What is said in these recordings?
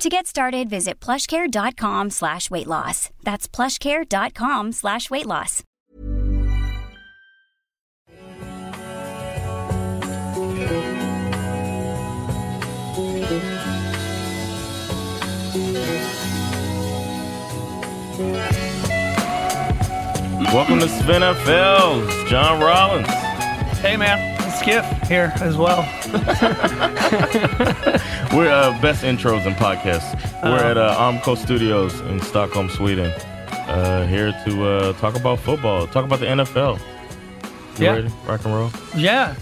To get started, visit plushcare.com slash weight loss. That's plushcare.com slash weight loss. Welcome to Spin FL's John Rollins. Hey man, it's Skip here as well. We're uh, best intros and podcasts. We're Uh-huh. at uh, Amco Studios in Stockholm, Sweden. Uh, here to uh, talk about football, talk about the NFL. You Yeah. ready? Rock and roll. Yeah,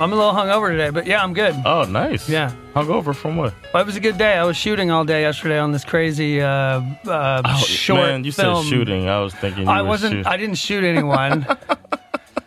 I'm a little hungover today, but yeah, I'm good. Oh, nice. Yeah. Hungover from what? Well, it was a good day. I was shooting all day yesterday on this crazy uh, uh, short Oh, man, you film. said shooting. I was thinking. You I were wasn't. shoot- I didn't shoot anyone.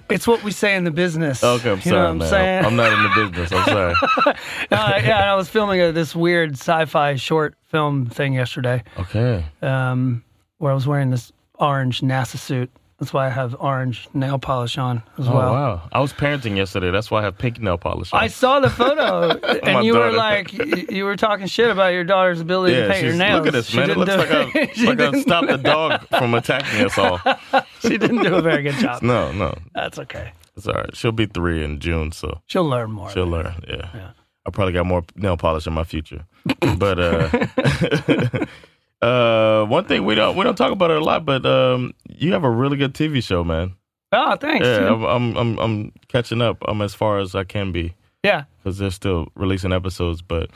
it's what we say in the business. Okay, I'm you sorry, know what I'm man. saying? I'm not in the business. I'm sorry. Uh, yeah, and I was filming a, this weird sci-fi short film thing yesterday, Okay. um, where I was wearing this orange NASA suit. That's why I have orange nail polish on as Oh well. wow. I was parenting yesterday. That's why I have pink nail polish. on. I saw the photo, My and you were daughter. like, you, you were talking shit about your daughter's ability Yeah, to paint she's, your nails. look at this, She man. It didn't looks do- like I, she, like I didn't, stopped the dog from attacking us all. she didn't do a very good job. No, no, That's okay. it's all right. She'll be three in June, so She'll learn more. she'll learn. Yeah. I probably got more nail polish in my future, but uh, uh, one thing we don't we don't talk about it a lot, but um, you have a really good TV show, man. oh, thanks. Yeah, Yeah. I'm I'm I'm, I'm catching up. I'm as far as I can be because they're still releasing episodes, but.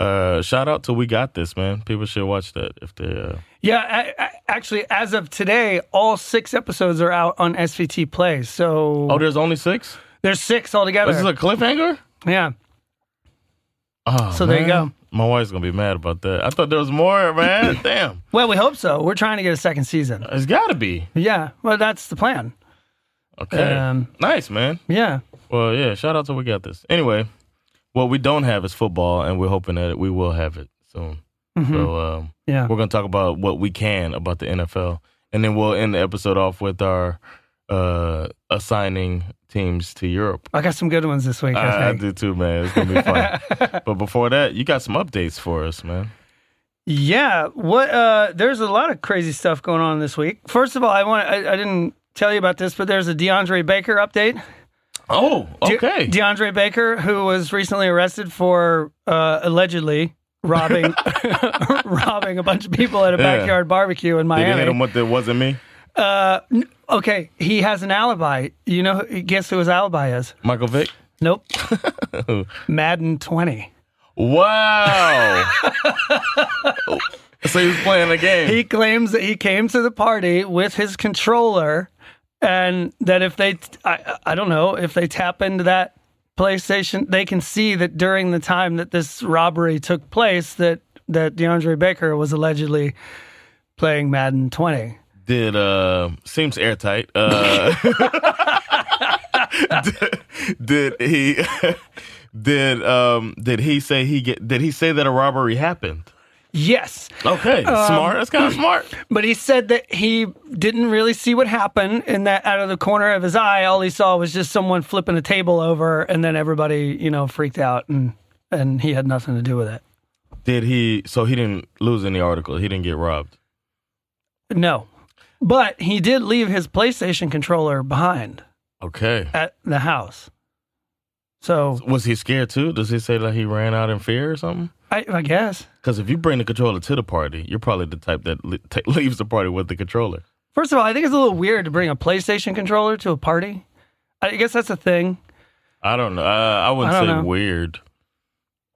Uh, shout out to we got this man. People should watch that if they. Uh, Yeah, I, I, actually, as of today, all six episodes are out on SVT Play. So oh, there's only six. there's six altogether. This is a cliffhanger. yeah. Oh, So there you man. go. My wife's gonna be mad about that. I thought there was more, man. Damn, Well, we hope so. We're trying to get a second season. it's gotta be. Yeah. Well, that's the plan. Okay, Um, nice, man. Yeah. Well, yeah. Shout out to we got this. Anyway, what we don't have is football, and we're hoping that we will have it soon. Mm-hmm. So um, Yeah. we're gonna talk about what we can about the NFL, and then we'll end the episode off with our uh, assigning teams to Europe. I got some good ones this week. I I, I think. do too, man. It's gonna be fun. but before that, you got some updates for us, man. Yeah, what? Uh, there's a lot of crazy stuff going on this week. First of all, I want I, I didn't tell you about this, but there's a DeAndre Baker update. Oh, De- okay. DeAndre Baker, who was recently arrested for uh, allegedly robbing robbing a bunch of people at a Yeah. backyard barbecue in Did you Miami. hit him with the wasn't me? okay, he has an alibi. You know, who- guess who his alibi is? Michael Vick? Nope. Madden 20. Wow. so he was playing a game. He claims that he came to the party with his controller, and that if they, I, I don't know, if they tap into that PlayStation, they can see that during the time that this robbery took place, that that DeAndre Baker was allegedly playing Madden 20. did uh seems airtight. Uh did, did he did um did he say he get did he say that a robbery happened? Yes, Okay. smart. That's kind of smart. but he said that he didn't really see what happened, and that out of the corner of his eye, all he saw was just someone flipping a table over, and then everybody, you know, freaked out, and and he had nothing to do with it. Did he so he didn't lose any article. He didn't get robbed. No. But he did leave his PlayStation controller behind Okay. at the house. So Was he scared too? Does he say like he ran out in fear or something? I, I guess. Because if you bring the controller to the party, you're probably the type that le- ta leaves the party with the controller. First of all, I think it's a little weird to bring a PlayStation controller to a party. I guess that's a thing. I don't know. I, I wouldn't I don't say know. weird.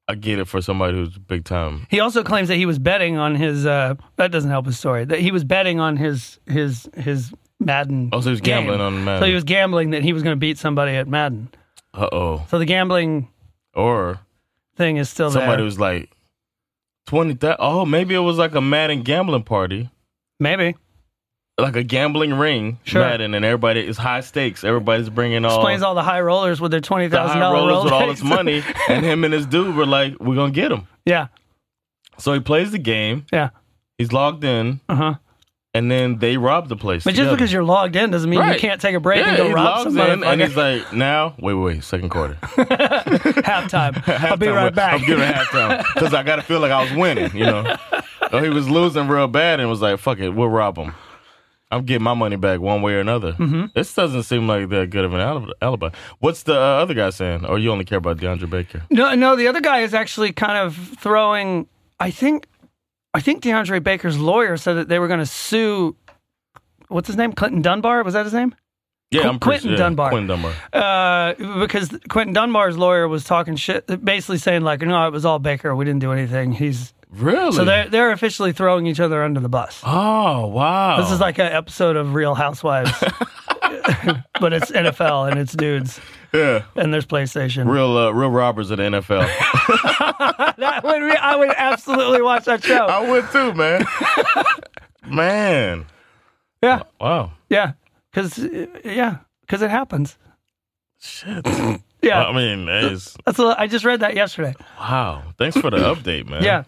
I get it for somebody who's big time. He also claims that he was betting on his. Uh, that doesn't help his story. That he was betting on his his his Madden. Oh, so he was gambling game. on Madden. So he was gambling that he was going to beat somebody at Madden. Uh oh. So the gambling Or thing is still somebody there. who's like twenty. That oh, maybe it was like a Madden gambling party. Maybe. like a gambling ring, Sure. Madden, and everybody is high stakes. Everybody's bringing all Explains all the high rollers with their twenty Oh. the thousand high dollar rollers with all this money, and him and his dude were like, "We're gonna get him." yeah, So he plays the game. yeah, He's logged in, uh huh. and then they rob the place. But just together. because you're logged in doesn't mean you Right. can't take a break yeah, and go he rob logs some in, and he's motherfucker. like, "Now, wait, wait, wait, second quarter." halftime. I'll be halftime, right but back. I'm giving halftime because I got to feel like I was winning, you know. so he was losing real bad and was like, "Fuck it, we'll rob him." I'm getting my money back one way or another. Mm-hmm. This doesn't seem like that good of an alib- alibi. What's the uh, other guy saying? Or you only care about DeAndre Baker? No, no, the other guy is actually kind of throwing. I think, I think DeAndre Baker's lawyer said that they were going to sue. What's his name? Clinton Dunbar was that his name? Yeah, Qu- I'm pretty Quentin sure- Dunbar. Quentin Dunbar. Uh, because Quentin Dunbar's lawyer was talking shit, basically saying like, no, it was all Baker. We didn't do anything. He's Really? so they're they're officially throwing each other under the bus. oh wow! This is like an episode of Real Housewives, but it's NFL and it's dudes yeah, and there's PlayStation. real uh, real robbers of the NFL. That would be, I would absolutely watch that show. I would too, man. man, Yeah, wow, yeah, because yeah, because it happens. shit. Yeah, I mean, it's, that's a, I just read that yesterday. wow. Thanks for the update, man. Yeah,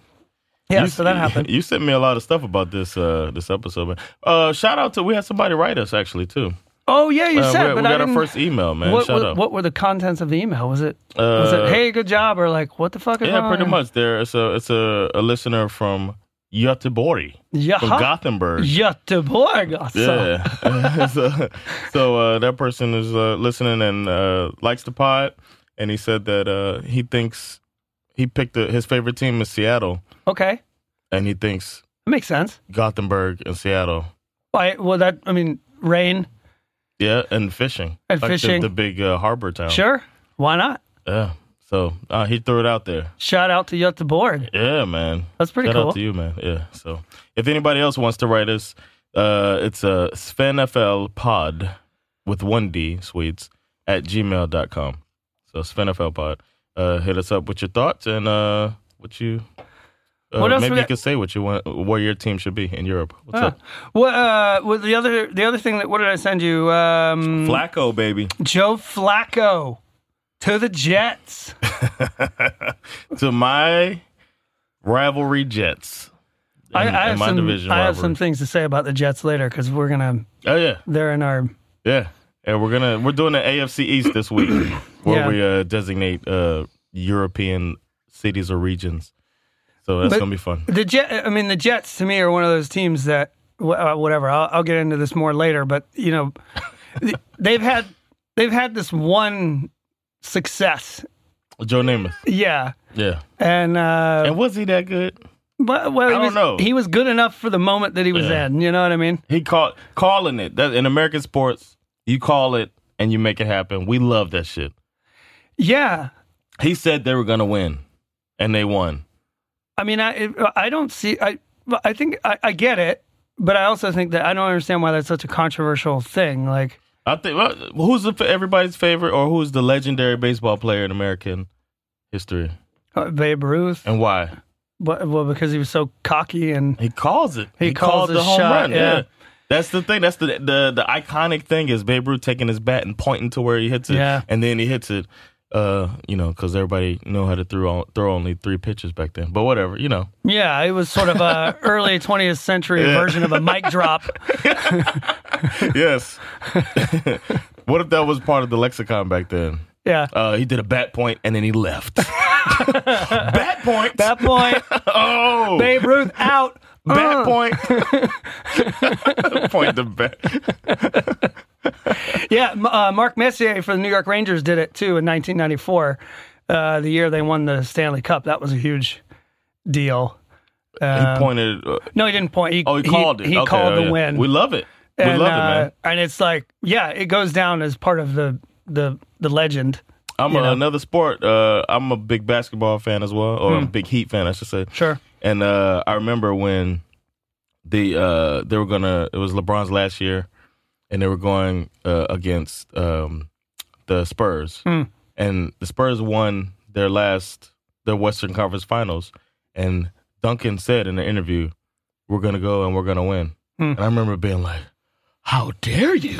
yeah. You- so that happened. You sent me a lot of stuff about this uh, this episode, man. Uh, shout out to we had somebody write us actually too. Oh yeah, you Uh, said, we but we I got didn't. our first email, man. what, shout what, out. what were the contents of the email? Was it was Uh, it hey good job or like what the fuck? Is yeah, wrong? pretty much. There, it's a it's a, a listener from Göteborg, from Yeah, Gothenburg. Göteborg. So, Yeah. so so, uh, that person is uh, listening and uh, likes the pod, and he said that uh, he thinks he picked a, his favorite team is Seattle, okay, and he thinks that makes sense. Gothenburg and Seattle. I, well, that I mean, rain. Yeah, and fishing. And Like the- fishing. The, big uh, harbor town. Sure, why not? Yeah. So uh, he threw it out there. Shout out to Göteborg. Yeah, man. That's pretty Shout cool. out to you, man. Yeah. So if anybody else wants to write us, uh, it's uh, SvenFL pod with one D, Swedes, at gmail.com. So SvenFL pod. Uh, hit us up with your thoughts and uh, what you. Uh, What else maybe we you got- can say what you want, where your team should be in Europe. What's Huh. up? Well, uh, well, the other the other thing that what did I send you? Um, Flacco, baby. Joe Flacco to the Jets. to my rivalry Jets. In, I, I in have my some division I have rivalry. some things to say about the Jets later because we're gonna Oh yeah, they're in our yeah. And we're gonna we're doing the AFC East this week, where Yeah. we uh, designate uh, European cities or regions. So that's But- gonna be fun. the Jet. I mean the Jets to me are one of those teams that wh- uh, whatever. I'll, I'll get into this more later, but you know th- they've had they've had this one success. Joe Namath. Yeah. Yeah. And, uh, And was he that good? but, well, he I don't was, know. He was good enough for the moment that he was Yeah. in. You know what I mean? He called calling it that in American sports. You call it and you make it happen. We love that shit. Yeah. He said they were gonna win, and they won. I mean, I it- uh, I don't see. I I think I, I get it, but I also think that I don't understand why that's such a controversial thing. Like, I think well, who's the, everybody's favorite, or who's the legendary baseball player in American history, uh, Babe Ruth, and why? but, well, because he was so cocky and He calls it. He calls his shot, yeah. That's the thing. That's the, the the iconic thing is Babe Ruth taking his bat and pointing to where he hits it, Yeah. and then he hits it. Uh, you know, because everybody know how to throw throw only three pitches back then. But whatever, you know. yeah, it was sort of a early 20th century version of a mic drop. yes. what if that was part of the lexicon back then? Yeah, Uh, he did a bat point and then he left. bat point. that point, oh. Babe Ruth out. Bat Uh. point. point the bat. Yeah, M- uh, Mark Messier for the New York Rangers did it too in 1994, uh, the year they won the Stanley Cup. That was a huge deal. Um, he pointed. uh, No, he didn't point. He, oh, he called it. He Okay, called oh, the yeah. win. We love it. We and, love uh, it, man. And it's like, yeah, it goes down as part of the the the legend. I'm you a, know. another sport. Uh, I'm a big basketball fan as well, or Hmm. a big Heat fan, I should say. Sure. And uh, I remember when the uh, they were gonna. It was LeBron's last year, and they were going uh, against um, the Spurs, Hmm. and the Spurs won their last their Western Conference Finals, Hmm. and Duncan said in the interview, "We're gonna go and we're gonna win." And I remember being like, how dare you?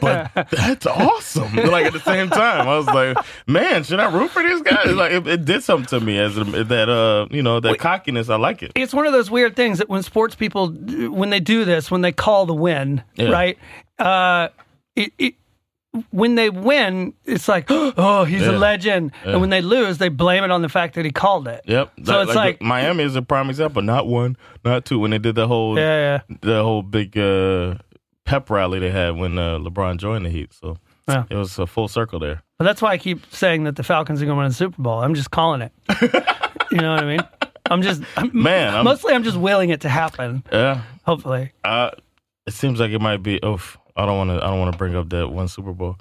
but that's awesome. Like at the same time, I was like, man, should I root for this guy? It's Like it, it did something to me as a, that uh you know that cockiness. I like it. it's one of those weird things that when sports people when they do this when they call the win Yeah. right uh it, it when they win it's like oh he's Yeah. a legend and when they lose they blame it on the fact that he called it Yep. so That- it's like, Miami is a prime example. Not one, not two. When they did the whole yeah yeah the whole big uh, pep rally they had when uh, LeBron joined the Heat. So Yeah. it was a full circle there. but that's why i keep saying that the falcons are going to win the super bowl i'm just calling it you know what i mean i'm just I'm, Man, I'm- mostly i'm just willing it to happen Yeah. hopefully Uh, it seems like it might be. Oof. I don't want to. I don't want to bring up that one Super Bowl.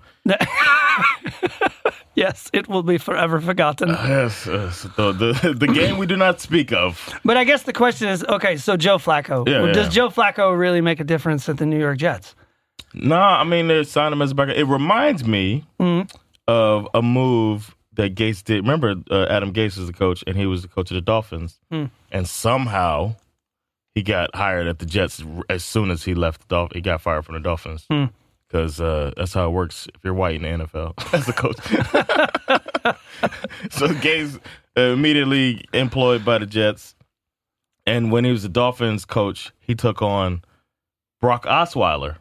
yes it will be forever forgotten Yes, yes. The, the the game we do not speak of. But I guess the question is, okay, so Joe Flacco. Yeah, yeah, does yeah. Joe Flacco really make a difference at the New York Jets? No, I mean they signed him as a backup. It reminds me of a move that Gates did. Remember, uh, Adam Gates was the coach, and he was the coach of the Dolphins, and somehow he got hired at the Jets r- as soon as he left the Dolphins. He got fired from the Dolphins because uh, that's how it works if you're white in the NFL as a coach. so Gates uh, immediately employed by the Jets, and when he was the Dolphins coach, he took on Brock Osweiler.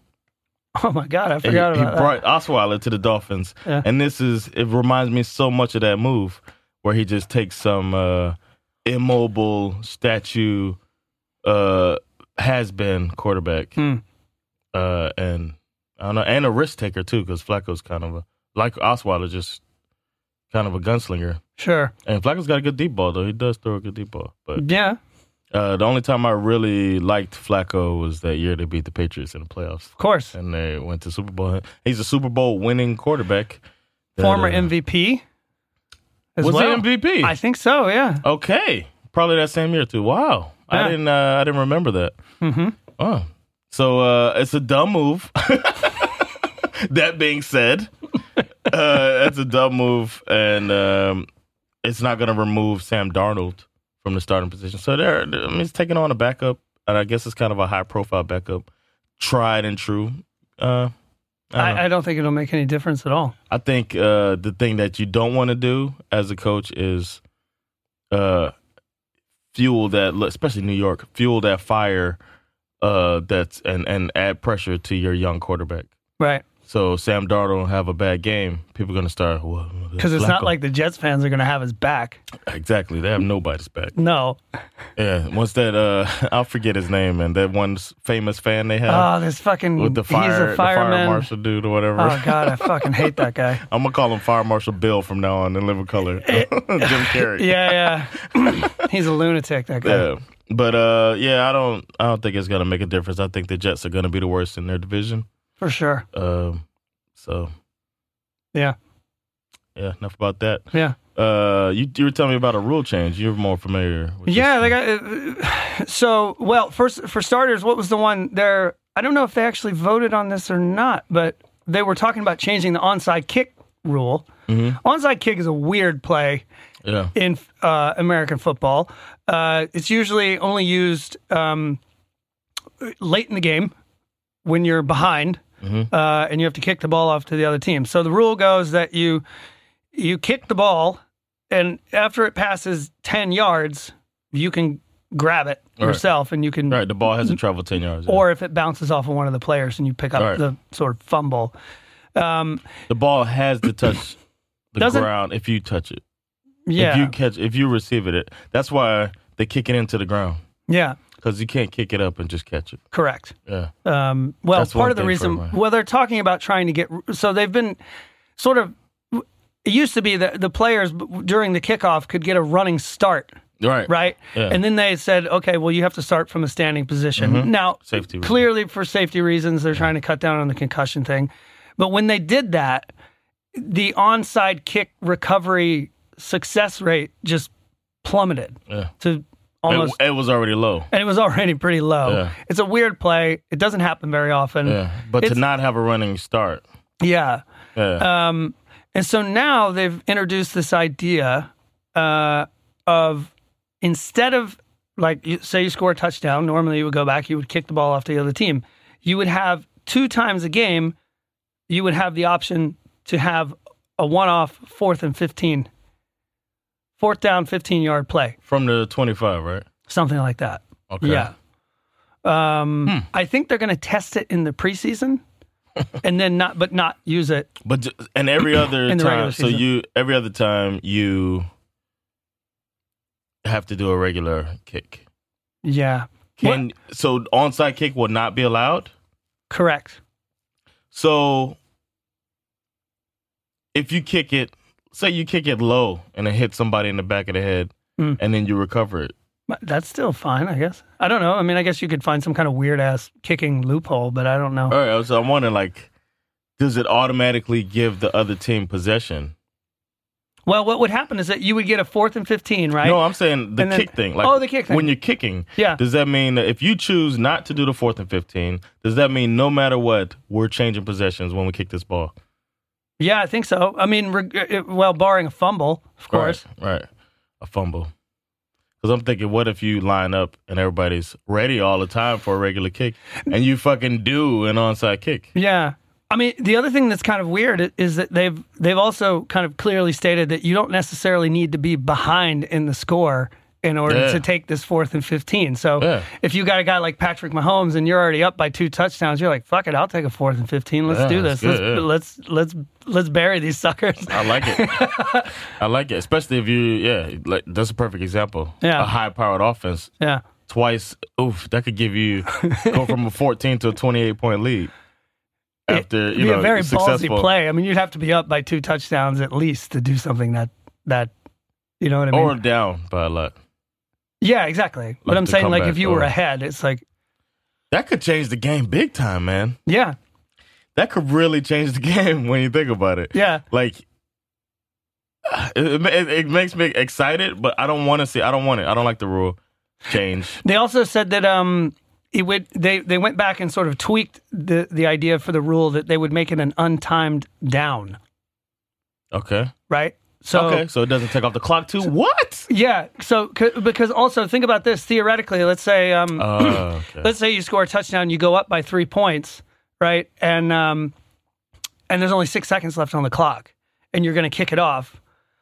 Oh my God, I He, forgot he about brought Osweiler to the Dolphins, Yeah. and this is it reminds me so much of that move where he just takes some uh, immobile statue uh, has been quarterback, Hmm. uh, and I don't know, and a risk taker too because Flacco's kind of a like Osweiler, just kind of a gunslinger. that. Sure. And Flacco's got a good deep ball though; he does throw a good deep ball. But Yeah, uh, the only time I really liked Flacco was that year they beat the Patriots in the playoffs of course. and they went to Super Bowl. He's a Super Bowl winning quarterback. That, Former uh, MVP. As was he well. MVP? I think so, yeah. okay, probably that same year too. Wow, I Yeah. didn't uh, I didn't remember that. Mm-hmm. Oh, so uh, it's a dumb move. that being said, uh, it's a dumb move, and um, it's not going to remove Sam Darnold from the starting position. So there, I mean, it's taking on a backup, and I guess it's kind of a high profile backup, tried and true. Uh, don't know. I, I don't think it'll make any difference at all. I think uh, the thing that you don't want to do as a coach is uh, fuel that, especially New York, fuel that fire uh, that's and and add pressure to your young quarterback. Right. So Sam Darnold have a bad game, people are gonna start Because it's not like the Jets fans are going to have his back. exactly they have nobody's back. No. Yeah, once that uh, I'll forget his name and that one s- famous fan they have Oh, this fucking. with the fire, he's the a fire fireman. marshal dude or whatever. oh, God, I fucking hate that guy. I'm gonna call him Fire Marshal Bill from now on and live in color. eh, Jim Carrey. Yeah, yeah. he's a lunatic, that guy. Yeah. But uh, yeah, I don't, I don't think it's gonna make a difference. I think the Jets are gonna be the worst in their division. For sure. Um, so Yeah, yeah, enough about that. yeah. Uh, you, you were telling me about a rule change. You're more familiar. With this. Yeah, they got. uh, So, well, first for starters, what was the one there? I don't know if they actually voted on this or not, but they were talking about changing the onside kick rule. Onside kick is a weird play yeah, in uh, American football. Uh, it's usually only used um, late in the game when you're behind Mm-hmm. uh, and you have to kick the ball off to the other team. So the rule goes that you you kick the ball, and after it passes ten yards, you can grab it All right. yourself, and you can. right. The ball hasn't traveled ten yards. Or if it bounces off of one of the players and you pick up All right. the sort of fumble, um, the ball has to touch the Doesn't- ground if you touch it. yeah, If you catch, if you receive it, it that's why they kick it into the ground yeah, because you can't kick it up and just catch it. correct. Yeah, Um, well, That's one part of the thing for reason, my- well, they're talking about trying to get, so they've been sort of, it used to be that the players during the kickoff could get a running start, right, right? Yeah. Mm-hmm. And then they said, okay, well, you have to start from a standing position. Now, Safety reasons. clearly for safety reasons, they're trying to cut down on the concussion thing. But when they did that, the onside kick recovery success rate just plummeted Yeah. to It, almost, it was already low. and it was already pretty low. Yeah. It's a weird play. It doesn't happen very often. Yeah, but to It's- not have a running start. Yeah. Yeah. Um, and so now they've introduced this idea uh, of instead of like you, say you score a touchdown, normally you would go back, you would kick the ball off to the other team. You would have two times a game, you would have the option to have a one off fourth and 15, fourth down, 15 yard play, From the 25, right? something like that. Okay. Hmm. Yeah. Um, I think they're going to test it in the preseason and then not, but not use it. But j- and every other In the regular time, so season. you every other time you have to do a regular kick. Yeah. Can so onside kick will not be allowed. Correct. So if you kick it, say you kick it low and it hits somebody in the back of the head, Mm. and then you recover it. But That's still fine, I guess. I don't know. I mean, I guess you could find some kind of weird ass kicking loophole, but I don't know. All right, so I'm wondering like, does it automatically give the other team possession? Well, what would happen is that you would get a fourth and 15, right? No, I'm saying the And then- kick thing. Like, Oh, the kick thing. When you're kicking, Yeah. Does that mean that if you choose not to do the fourth and fifteen, does that mean no matter what, we're changing possessions when we kick this ball? yeah, I think so. I mean, reg- it- well, barring a fumble, of course. Right. right. A fumble. Because I'm thinking, what if you line up and everybody's ready all the time for a regular kick, and you fucking do an onside kick? Yeah. I mean, the other thing that's kind of weird i- is that they've they've also kind of clearly stated that you don't necessarily need to be behind in the score in order Yeah. to take this fourth and 15. So Yeah. if you got a guy like Patrick Mahomes and you're already up by two touchdowns, you're like, "Fuck it, I'll take a fourth and 15. Let's Yeah, do that's this. good, let's, let's let's let's bury these suckers." I like it. I like it, especially if you, yeah, like that's a perfect example. Yeah. a high-powered offense Yeah. twice. Oof, that could give you go from a 14 to a 28 point lead after It'd you be know a very successful ballsy play. I mean, you'd have to be up by two touchdowns at least to do something that that you know what I mean. or down by a lot. yeah, exactly. but I'm to saying, come like, if back, you were or- ahead, it's like, That could change the game big time, man. yeah, That could really change the game when you think about it. yeah, Like it, it, ma- it makes me excited, but I don't want to see. I don't want it. I don't like the rule change. They also said that um, it would. They they went back and sort of tweaked the the idea for the rule that they would make it an untimed down, Okay. right? So okay. So it doesn't take off the clock too. What? yeah, so c- because also think about this theoretically. Let's say um, Oh, okay. let's say you score a touchdown, you go up by three points, right? And um, and there's only six seconds left on the clock, and you're going to kick it off.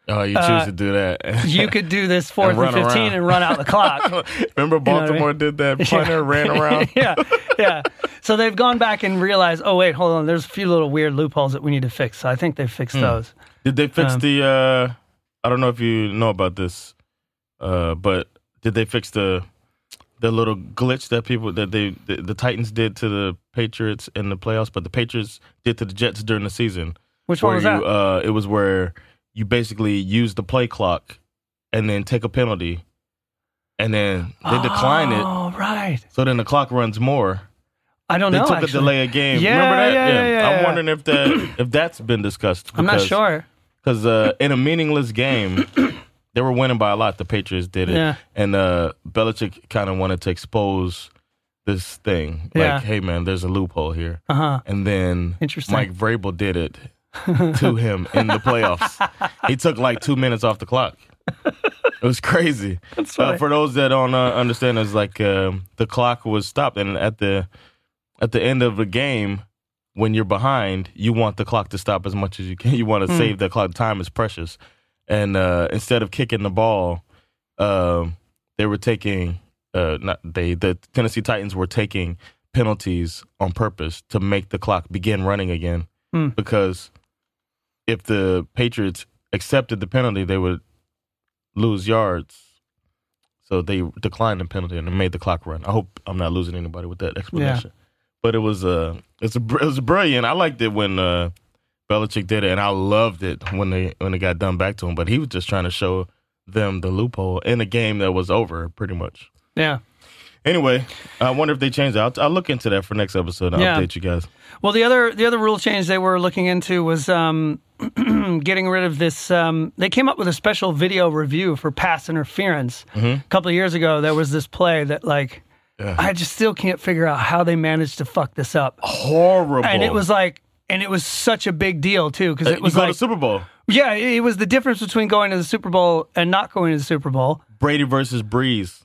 Oh, you choose uh, to do that. You could do this fourth and, run around. fifteen and run out the clock. Remember know what I Baltimore mean? did that? Punter ran around. yeah, yeah. So they've gone back and realized, oh wait, hold on. There's a few little weird loopholes that we need to fix. So I think they fixed Hmm. those. Did they Um, fix the? uh I don't know if you know about this, uh, but did they fix the the little glitch that people that they the, the Titans did to the Patriots in the playoffs, but the Patriots did to the Jets during the season? Which where one was you, that? Uh, it was where you basically use the play clock and then take a penalty, and then they decline it. Oh right. So then the clock runs more. I don't They know. took actually. a delay of game. Yeah, Remember that? yeah, yeah, yeah, I'm yeah. wondering if that if that's been discussed. I'm not because- sure. because uh, in a meaningless game, they were winning by a lot. The Patriots did it, Yeah. and uh, Belichick kind of wanted to expose this thing, like, Yeah. "Hey, man, there's a loophole here." Uh huh. And then Interesting. Mike Vrabel did it to him in the playoffs. he took like two minutes off the clock. It was crazy. Uh, funny. for those that don't uh, understand, it's like um the clock was stopped, and at the at the end of the game, when you're behind, you want the clock to stop as much as you can. You want to save the clock. Time is precious, and uh, instead of kicking the ball, um, they were taking uh, not they the Tennessee Titans were taking penalties on purpose to make the clock begin running again Hmm. because if the Patriots accepted the penalty, they would lose yards. So they declined the penalty and it made the clock run. I hope I'm not losing anybody with that explanation. But it was uh, it's a br- it was brilliant. I liked it when uh, Belichick did it, and I loved it when they when it got done back to him. But he was just trying to show them the loophole in a game that was over, pretty much. Yeah. Anyway, I wonder if they changed it. I'll, I'll look into that for next episode. and I'll Yeah. update you guys. Well, the other the other rule change they were looking into was um, getting rid of this. Um, they came up with a special video review for pass interference Mm-hmm. a couple of years ago. There was this play that like. I just still can't figure out how they managed to fuck this up. Horrible. and it was like and it was such a big deal too because it it Uh, was you go like to Super Bowl. yeah it it was the difference between going to the super bowl and not going to the super bowl Brady versus Breeze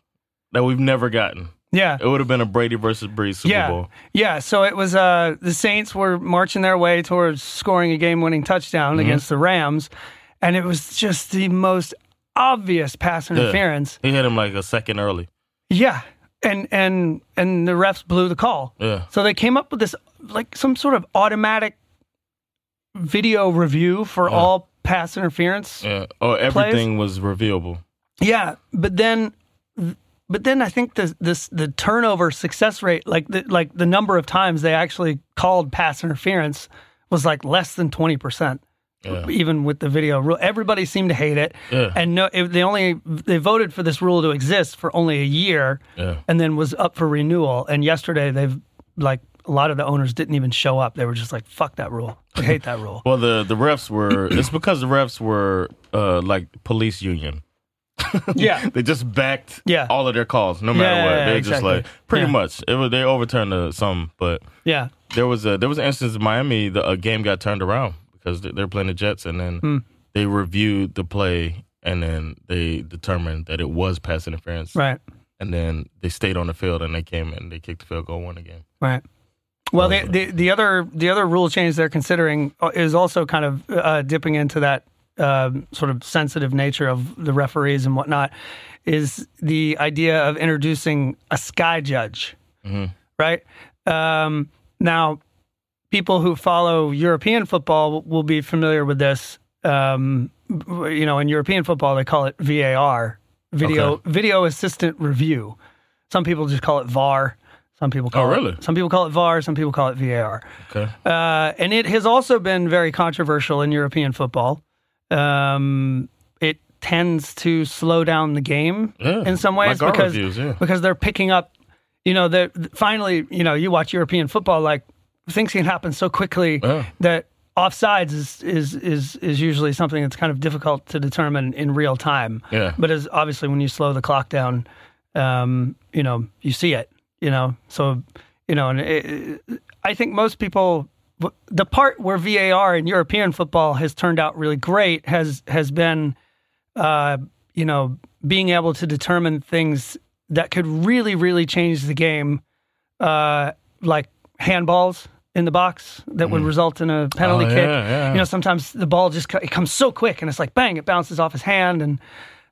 that we've never gotten. Yeah. It would have been a Brady versus Breeze Super yeah. Bowl. Yeah. So it was uh, the Saints were marching their way towards scoring a game winning touchdown Mm-hmm. against the Rams. And it was just the most obvious pass interference. He hit him like a second early. Yeah. And and and the refs blew the call. Yeah. So they came up with this like some sort of automatic video review for all pass interference. Yeah. Oh, everything was reviewable. Yeah, but then, but then I think the this the turnover success rate, like the like the number of times they actually called pass interference, was like less than twenty percent. Yeah. Even with the video rule, everybody seemed to hate it, Yeah. and no, it, they only they voted for this rule to exist for only a year, Yeah. and then was up for renewal. And yesterday, they've like a lot of the owners didn't even show up. They were just like, "Fuck that rule, I hate that rule." Well, the the refs were. it's because the refs were uh, like police union. yeah, They just backed Yeah. all of their calls, no matter Yeah, what. yeah, They exactly. just like pretty Yeah. much. It was, they overturned uh, some, but yeah, there was a there was an instance in Miami the a game got turned around because they- they're playing the Jets and then Hmm. they reviewed the play and then they determined that it was pass interference right. and then they stayed on the field and they came and they kicked the field goal won the game. Right. Well, the, Over. the the other the other rule change they're considering uh, is also kind of uh, dipping into that um, sort of sensitive nature of the referees and whatnot. Is the idea of introducing a sky judge, right? Um, now, people who follow European football will be familiar with this. Um, you know, in European football, they call it VAR, video video assistant review. Some people just call it VAR. Some people call Oh, it- really? some people call it VAR. Some people call it VAR. Okay. Uh, and it has also been very controversial in European football. Um, it tends to slow down the game Yeah, in some ways like our because reviews, yeah. because they're picking up. You know, they're finally. You know, you watch European football like things can happen so quickly Yeah. that offsides is is is is usually something that's kind of difficult to determine in real time. Yeah. But as obviously when you slow the clock down, um, you know, you see it, you know. So, you know, and it, I think most people the part where VAR in European football has turned out really great has has been uh, you know, being able to determine things that could really really change the game uh, like handballs in the box that would result in a penalty Mm. Oh, kick. yeah, yeah. You know, sometimes the ball just co- it comes so quick and it's like bang, it bounces off his hand. And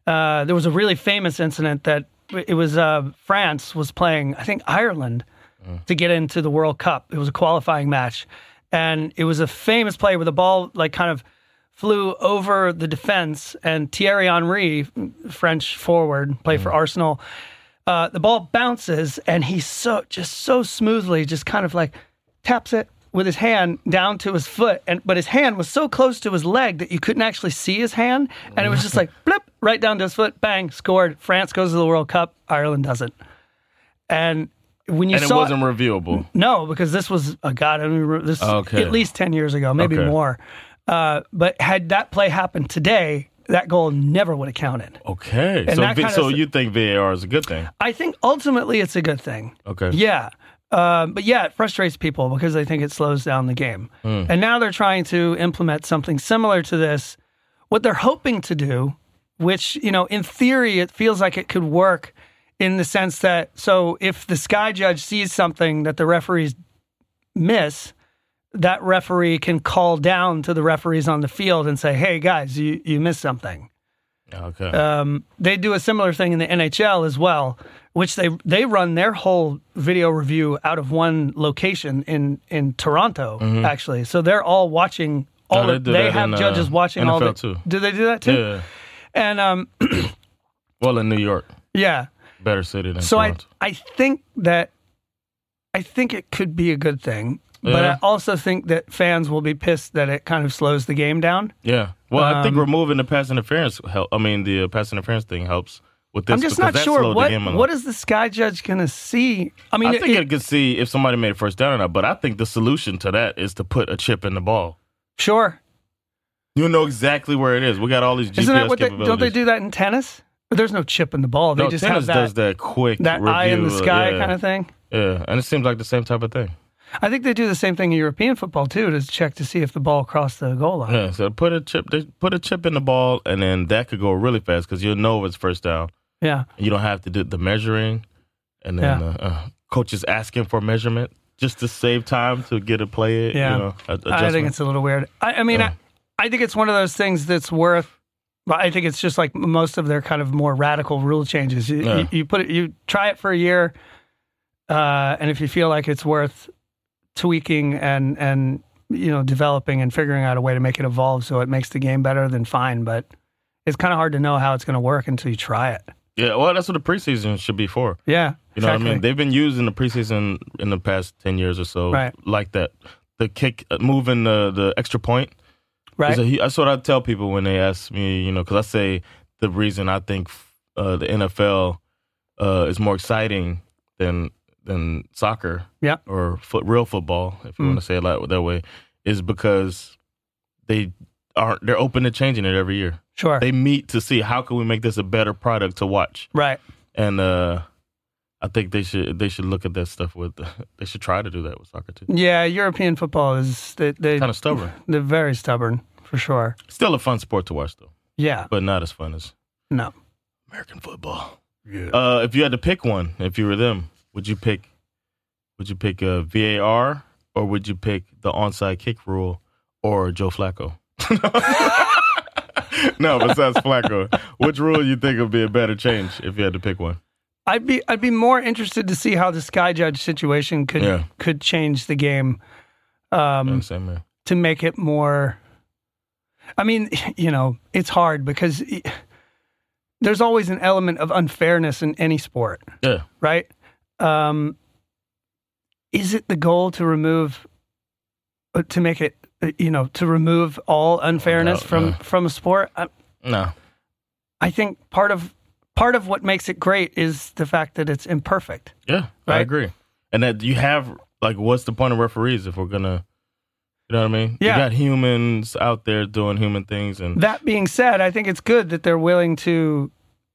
uh, there was a really famous incident that it was uh, France was playing, I think Ireland, to get into the World Cup. It was a qualifying match, and it was a famous play where the ball like kind of flew over the defense, and Thierry Henry, French forward, play Mm. for Arsenal uh, the ball bounces and he so just so smoothly just kind of like taps it with his hand down to his foot and but his hand was so close to his leg that you couldn't actually see his hand and it was just like blip right down to his foot bang scored france goes to the world cup ireland doesn't and when you And it saw wasn't reviewable. no, because this was a god. I mean, this Okay. at least ten years ago, maybe Okay. more. Uh, but had that play happened today, that goal never would have counted. Okay. So that vi- kinda so s- you think VAR is a good thing? I think ultimately it's a good thing. Okay. Yeah. Um, but yeah, it frustrates people because they think it slows down the game. And now they're trying to implement something similar to this. What they're hoping to do, which, you know, in theory, it feels like it could work in the sense that so if the sky judge sees something that the referees miss, that referee can call down to the referees on the field and say, hey, guys, you, you missed something Okay. um, they do a similar thing in the NHL as well, which they they run their whole video review out of one location in in Toronto actually. So they're all watching all Mm-hmm. No, they of, do they that have in, uh, judges watching all NFL the too. Do they do that too? yeah. And um Well, in New York, yeah. better city than So I Toronto. I think that I think it could be a good thing. But Yeah. I also think that fans will be pissed that it kind of slows the game down. Yeah. Well, I Um, think removing the pass interference help. I mean, the uh, pass interference thing helps with this. I'm just because not that sure slowed the what game a lot. what is the sky judge gonna see. I mean, I it- think it- it, could see if somebody made a first down or not, but I think the solution to that is to put a chip in the ball. sure, You know exactly where it is. We got all these GPS Isn't that what they capabilities. don't they do that in tennis? But there's no chip in the ball. They no, just tennis have does that that quick that eye in the review, uh, sky yeah. kind of thing. Yeah, and it seems like the same type of thing. I think they do the same thing in European football too to check to see if the ball crossed the goal line. Yeah, so put a chip, they put a chip in the ball, and then that could go really fast because you'll know if it's first down. Yeah. You don't have to do the measuring, and then Yeah. uh, uh, coach is asking for measurement just to save time to get to play it. Yeah. you know, a- I adjustment. think it's a little weird. I, I mean, Yeah. I, I think it's one of those things that's worth. But I think it's just like most of their kind of more radical rule changes. You, Yeah. you, you put it, you try it for a year, uh, and if you feel like it's worth tweaking and and you know developing and figuring out a way to make it evolve so it makes the game better, then fine. But it's kind of hard to know how it's going to work until you try it. yeah. Well, that's what the preseason should be for. Yeah, You know what I exactly. mean? They've been used in the preseason in the past ten years or so, Right. like that. The kick, uh, moving the the extra point. right? Is a hu- that's what I tell people when they ask me, you know, because I say the reason I think uh, the NFL uh, is more exciting than than soccer, Yeah. or foot, real football, if you Mm. want to say it like that way, is because they aren't they're open to changing it every year. sure. They meet to see how can we make this a better product to watch, right. and uh, I think they should they should look at that stuff with they should try to do that with soccer too. Yeah, European football is they, they Kind of stubborn, they're very stubborn for sure. still a fun sport to watch though, Yeah. but not as fun as No. American football. Yeah. Uh, if you had to pick one, if you were them, would you pick? Would you pick uh, a VAR or would you pick the onside kick rule or Joe Flacco? no, besides Flacco, which rule you think would be a better change if you had to pick one? I'd be I'd be more interested to see how the sky judge situation could Yeah. could change the game um, Yeah, same here. to make it more. I mean, you know, it's hard because e- there's always an element of unfairness in any sport, Yeah, right? Um, is it the goal to remove uh, to make it uh, you know to remove all unfairness No, from no. from a sport? I, no, I think part of part of what makes it great is the fact that it's imperfect. yeah, I Right. agree. And that you have like, what's the point of referees if we're gonna, you know what I mean? Yeah. you got humans out there doing human things, and That being said, I think it's good that they're willing to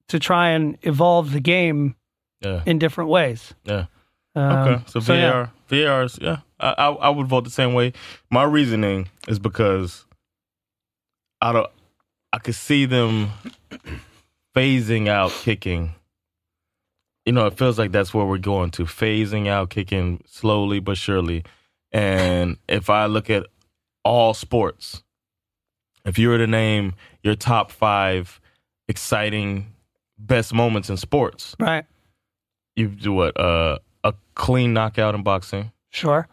to try and evolve the game yeah, in different ways. yeah. Um, Okay, so, yeah. VAR, VARs, yeah, I, I I would vote the same way. My reasoning is because I don't, I could see them phasing out kicking. You know, it feels like that's where we're going to phasing out kicking slowly but surely. And if I look at all sports, if you were to name your top five exciting best moments in sports, Right. you do what? Uh, a clean knockout in boxing, Sure.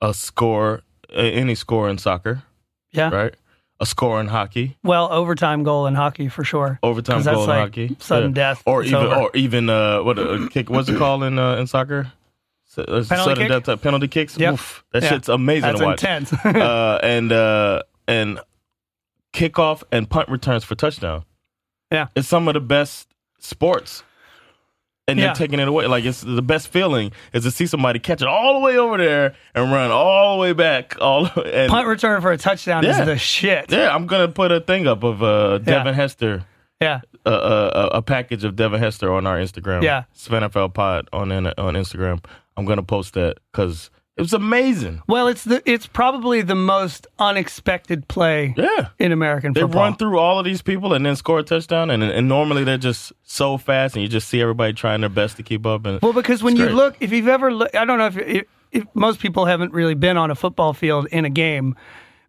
a score, a- any score in soccer, Yeah. right? A score in hockey, Well, overtime goal in hockey for sure. overtime 'Cause that's goal in like hockey, sudden death, or it's even over. or even uh, what a kick? What's it called in uh, in soccer? S- uh, sudden kick? death uh, penalty kicks. Yep. Oof, that Yeah. shit's amazing That's to watch. intense. uh, and uh, and kickoff and punt returns for touchdown. Yeah. it's some of the best sports, and Yeah. you're taking it away. Like it's the best feeling is to see somebody catch it all the way over there and run all the way back. All and Punt return for a touchdown Yeah. is the shit. yeah, I'm gonna put a thing up of uh, Devin Hester. Yeah. Uh, uh, a package of Devin Hester on our Instagram. Yeah. Svenfl Pod on on Instagram. I'm gonna post that because it was amazing. Well, it's the it's probably the most unexpected play Yeah, in American They football. run through all of these people and then score a touchdown, and, and normally they're just so fast, and you just see everybody trying their best to keep up. And Well, because when It's you great. look, if you've ever, look, I don't know if, if, if most people haven't really been on a football field in a game,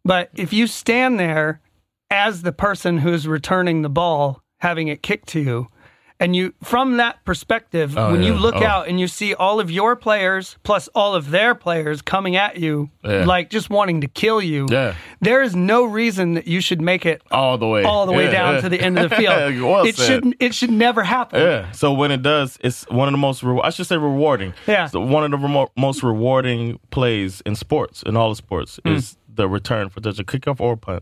but if you stand there as the person who's returning the ball, having it kicked to you, and you, from that perspective, Oh, when you yeah. look Oh. out and you see all of your players plus all of their players coming at you, Yeah. like just wanting to kill you, Yeah. there is no reason that you should make it all the way, all the way Yeah, down yeah. to the end of the field. Well it said. should, it should never happen. Yeah. So when it does, it's one of the most re- I should say rewarding. Yeah. It's one of the remo- most rewarding plays in sports, in all the sports, Hmm. is the return for touch, a kickoff or punt.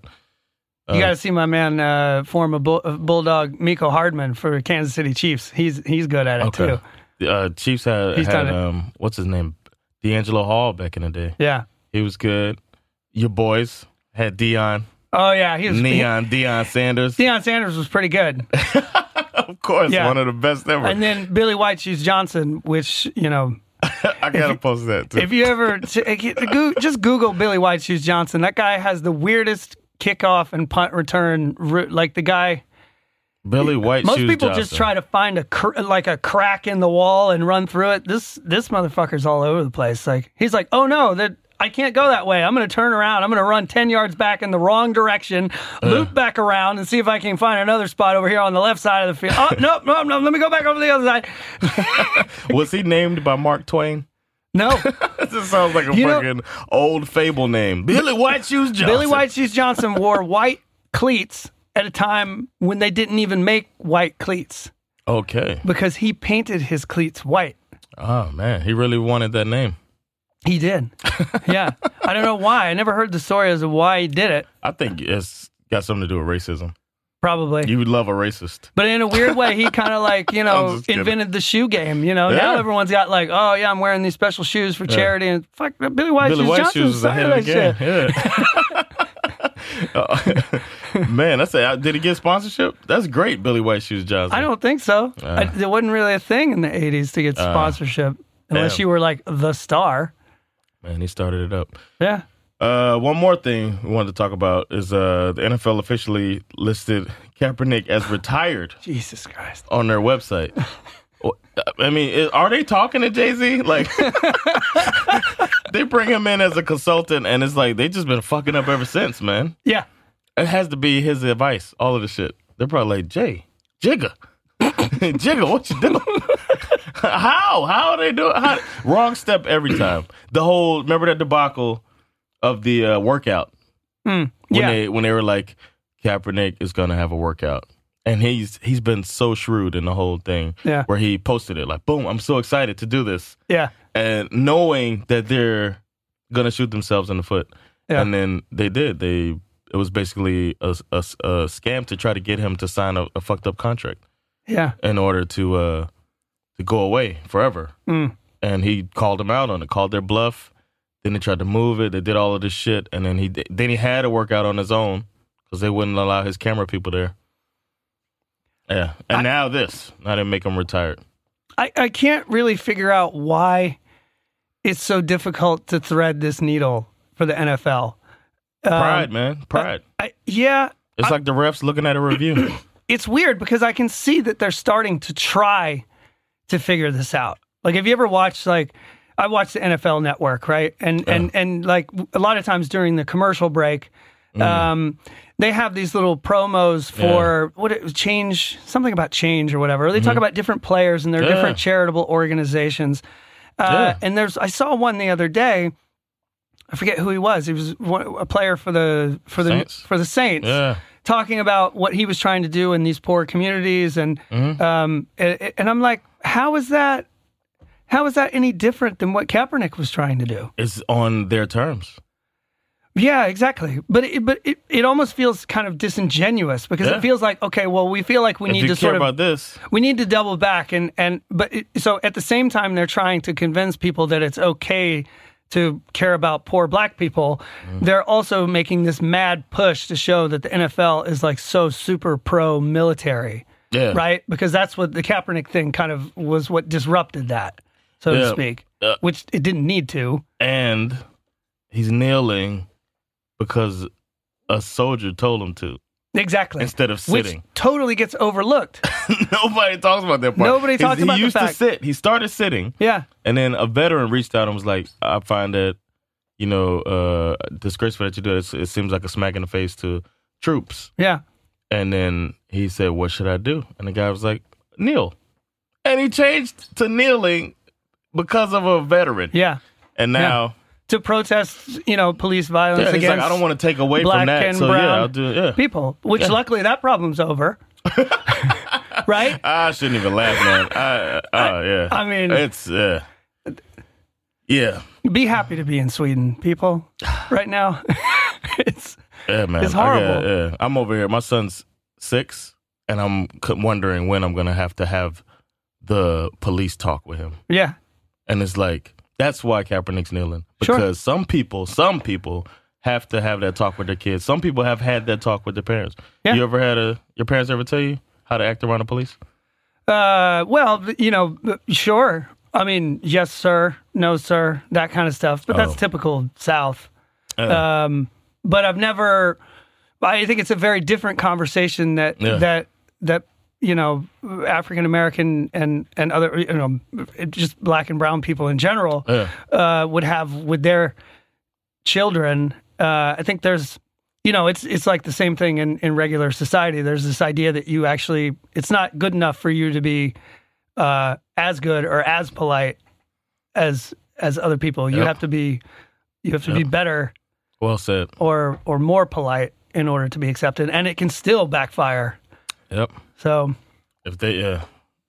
You got to see my man, uh, former bull, uh, Bulldog Miko Hardman for Kansas City Chiefs. He's he's good at it too. The uh, Chiefs had, He's done had it. um, what's his name, D'Angelo Hall back in the day. Yeah. He was good. Your boys had Dion, Oh yeah, he was. Neon, Dion Sanders. He, Deion Sanders was pretty good, Of course, Yeah. one of the best ever. and then Billy White used Johnson, which you know, I gotta post that too. if you ever go- just Google Billy White shoes Johnson, that guy has the weirdest kickoff and punt return. ru- Like the guy, Billy White Most Shoes people Johnson. just try to find a cr- like a crack in the wall and run through it. This this motherfucker's all over the place. Like he's like, oh no, that I can't go that way. I'm gonna turn around. I'm gonna run ten yards back in the wrong direction, loop back around, and see if I can find another spot over here on the left side of the field. Oh no, no, no, let me go back over the other side. Was he named by Mark Twain? No, This just sounds like a You know- fucking old fable name. Billy White Shoes Johnson. Billy White Shoes Johnson wore white cleats at a time when they didn't even make white cleats Okay. because he painted his cleats white. Oh man, he really wanted that name. He did. yeah. I don't know why. I never heard the story as to why he did it, I think it's got something to do with racism. probably. You would love a racist. but in a weird way, he kind of like, you I'm know, just kidding. invented the shoe game. You know, Yeah. now everyone's got like, oh, yeah, I'm wearing these special shoes for charity. And fuck, Billy White Billy Shoes White Johnson Shoes was started ahead of the that game. shit. Yeah. Uh, man, that's a, did he get sponsorship? That's great, Billy White Shoes Johnson. I don't think so. I, Uh. there wasn't really a thing in the 80s to get sponsorship unless damn. you were like the star. Man, he started it up. Yeah. Uh, one more thing we wanted to talk about is uh, the NFL officially listed Kaepernick as retired Jesus Christ. on their website. Wh- uh, I mean, i- are they talking to Jay Z? Like, they bring him in as a consultant, and it's like they just been fucking up ever since, man. Yeah. It has to be his advice, all of the shit. They're probably like, Jay, Jigga, Jigga, what you doing? how? How are they doing? How? Wrong step every time. The whole, remember that debacle of the uh, workout when Mm. yeah. they when they were like Kaepernick is gonna have a workout, and he's he's been so shrewd in the whole thing. Yeah. where he posted it like, boom, I'm so excited to do this, yeah. and knowing that they're gonna shoot themselves in the foot, Yeah. and then they did. They it was basically a, a, a scam to try to get him to sign a, a fucked up contract Yeah. in order to uh to go away forever. Mm. And he called them out on it, called their bluff. Then they tried to move it. They did all of this shit, and then he then he had to work out on his own because they wouldn't allow his camera people there. Yeah, and now this. Now they make him retired. I, I can't really figure out why it's so difficult to thread this needle for the NFL. Um, Pride, man, pride. I, yeah, It's like the refs looking at a review. it's weird because I can see that they're starting to try to figure this out. Like, have you ever watched like I watch the NFL Network, right? And and and like w- a lot of times during the commercial break, Mm. um, they have these little promos for what it, change something about change or whatever. They talk about different players and their Mm-hmm. Yeah. different charitable organizations. Uh, Yeah. And there's I saw one the other day. I forget who he was. He was one, a player for the for the Saints. for the Saints yeah, talking about what he was trying to do in these poor communities and Mm-hmm. um and, and I'm like how is that how is that any different than what Kaepernick was trying to do? it's on their terms. Yeah, exactly. But it, but it, it almost feels kind of disingenuous because Yeah. it feels like okay, well we feel like we If need you to care sort of about this, we need to double back and and but it, so at the same time they're trying to convince people that it's okay to care about poor black people Mm. they're also making this mad push to show that the NFL is like so super pro military yeah, right because that's what the Kaepernick thing kind of was what disrupted that so to Yeah. speak Uh, which it didn't need to and he's kneeling because a soldier told him to exactly instead of which sitting. totally gets overlooked Nobody talks about that part. Nobody He's- talks about He the used to fact- sit. He started sitting, yeah and then a veteran reached out and was like, "I find that, you know, uh, disgraceful that you do this. It seems like a smack in the face to troops." yeah And then he said, "What should I do?" And the guy was like, "Kneel," and he changed to kneeling because of a veteran. yeah And now. to protest you know police violence Yeah, he's against like, I don't want to take away black from that. and So brown yeah, I'll do yeah. people, which luckily that problem's over. right? I shouldn't even laugh, man. I, uh, yeah. I mean- it's yeah, yeah, Be happy to be in Sweden, people, right now. it's yeah, man. It's I got- horrible. yeah, I'm over here. My son's six, and I'm c- wondering when I'm gonna have to have the police talk with him. yeah. And it's like that's why Kaepernick's kneeling Sure. because some people, some people have to have that talk with their kids. Some people have had that talk with their parents. Yeah. You ever had a your parents ever tell you how to act around the police? Uh, well, you know, sure. I mean, yes, sir, no, sir, that kind of stuff. But that's Oh. typical South. Uh, Um, but I've never. I think it's a very different conversation that Yeah. that that you know African American and and other you know just black and brown people in general Yeah. uh, would have with their children. Uh, I think there's you know it's it's like the same thing in in regular society. There's this idea that you actually it's not good enough for you to be uh, as good or as polite as as other people. You Yep. have to be you have to be better Well said. or or more polite in order to be accepted, and it can still backfire. Yep. So If they yeah,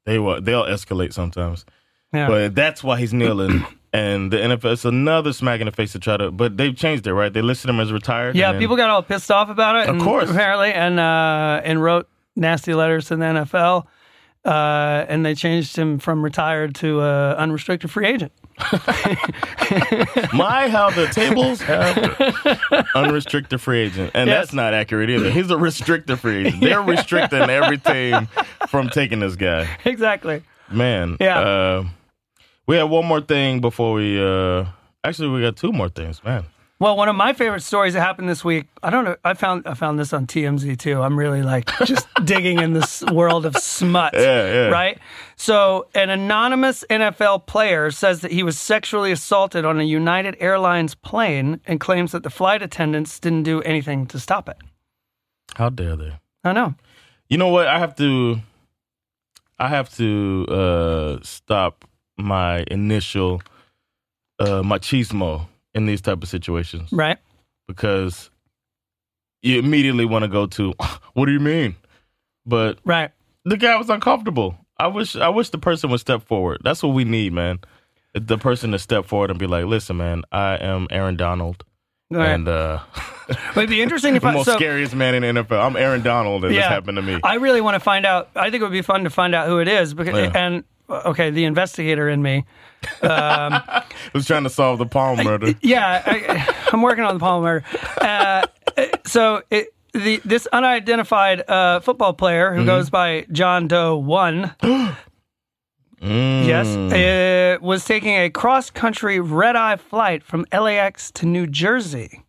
they will they'll escalate sometimes. yeah, But that's why he's kneeling. And the NFL, it's another smack in the face to try to, but they've changed it, right? They listed him as retired. yeah. and then- people got all pissed off about it, Of and- course. apparently, and uh, and wrote nasty letters to the NFL, uh, and they changed him from retired to uh, unrestricted free agent. My, how the tables have turned. unrestricted free agent, and Yes. that's not accurate either. He's a restricted free agent. They're restricting every team from taking this guy. exactly. Man, Yeah. Uh, we had one more thing before we. uh Actually, we got two more things, man. Well, one of my favorite stories that happened this week. I don't know. I found I found this on TMZ too. I'm really like just digging in this world of smut. yeah. Right. So, an anonymous NFL player says that he was sexually assaulted on a United Airlines plane and claims that the flight attendants didn't do anything to stop it. How dare they? I know. You know what? I have to. I have to uh stop my initial uh machismo in these type of situations. Right. because you immediately want to go to what do you mean but Right. the guy was uncomfortable i wish i wish the person would step forward that's what we need man the person to step forward and be like listen man i am aaron donald Right. and uh But it'd be interesting if the I most so, scariest man in the nfl i'm aaron donald and this happened to me I really want to find out. I think it would be fun to find out who it is because Yeah. and uh, okay, the investigator in me. I was trying to solve the palm murder Yeah, I, I'm working on the Palmer. Uh, so it, the this unidentified uh, football player Mm-hmm. who goes by John Doe One, Mm. yes, uh, was taking a cross country red eye flight from LAX to New Jersey.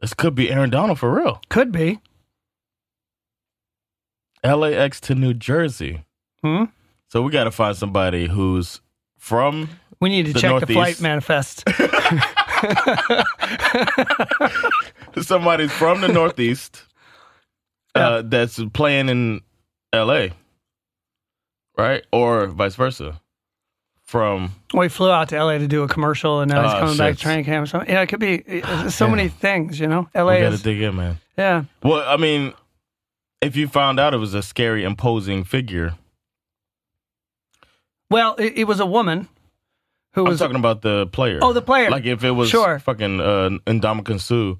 this could be aaron donald for real Could be. lax to new jersey Hmm? so we gotta find somebody who's from We need to The check the Northeast. flight manifest. somebody's from the Northeast uh, that's playing in L.A. Right, or vice versa. From Well, he flew out to LA to do a commercial, and now he's Oh, coming back shit. to training camp. Or something. Yeah, it could be uh, so Damn. many things. You know, LA we gotta is dig in, man. yeah. Well, I mean, if you found out it was a scary, imposing figure, Well, it, it was a woman who I'm was talking about the player. Oh, the player. Like if it was Sure. fucking uh, Ndamukong Suh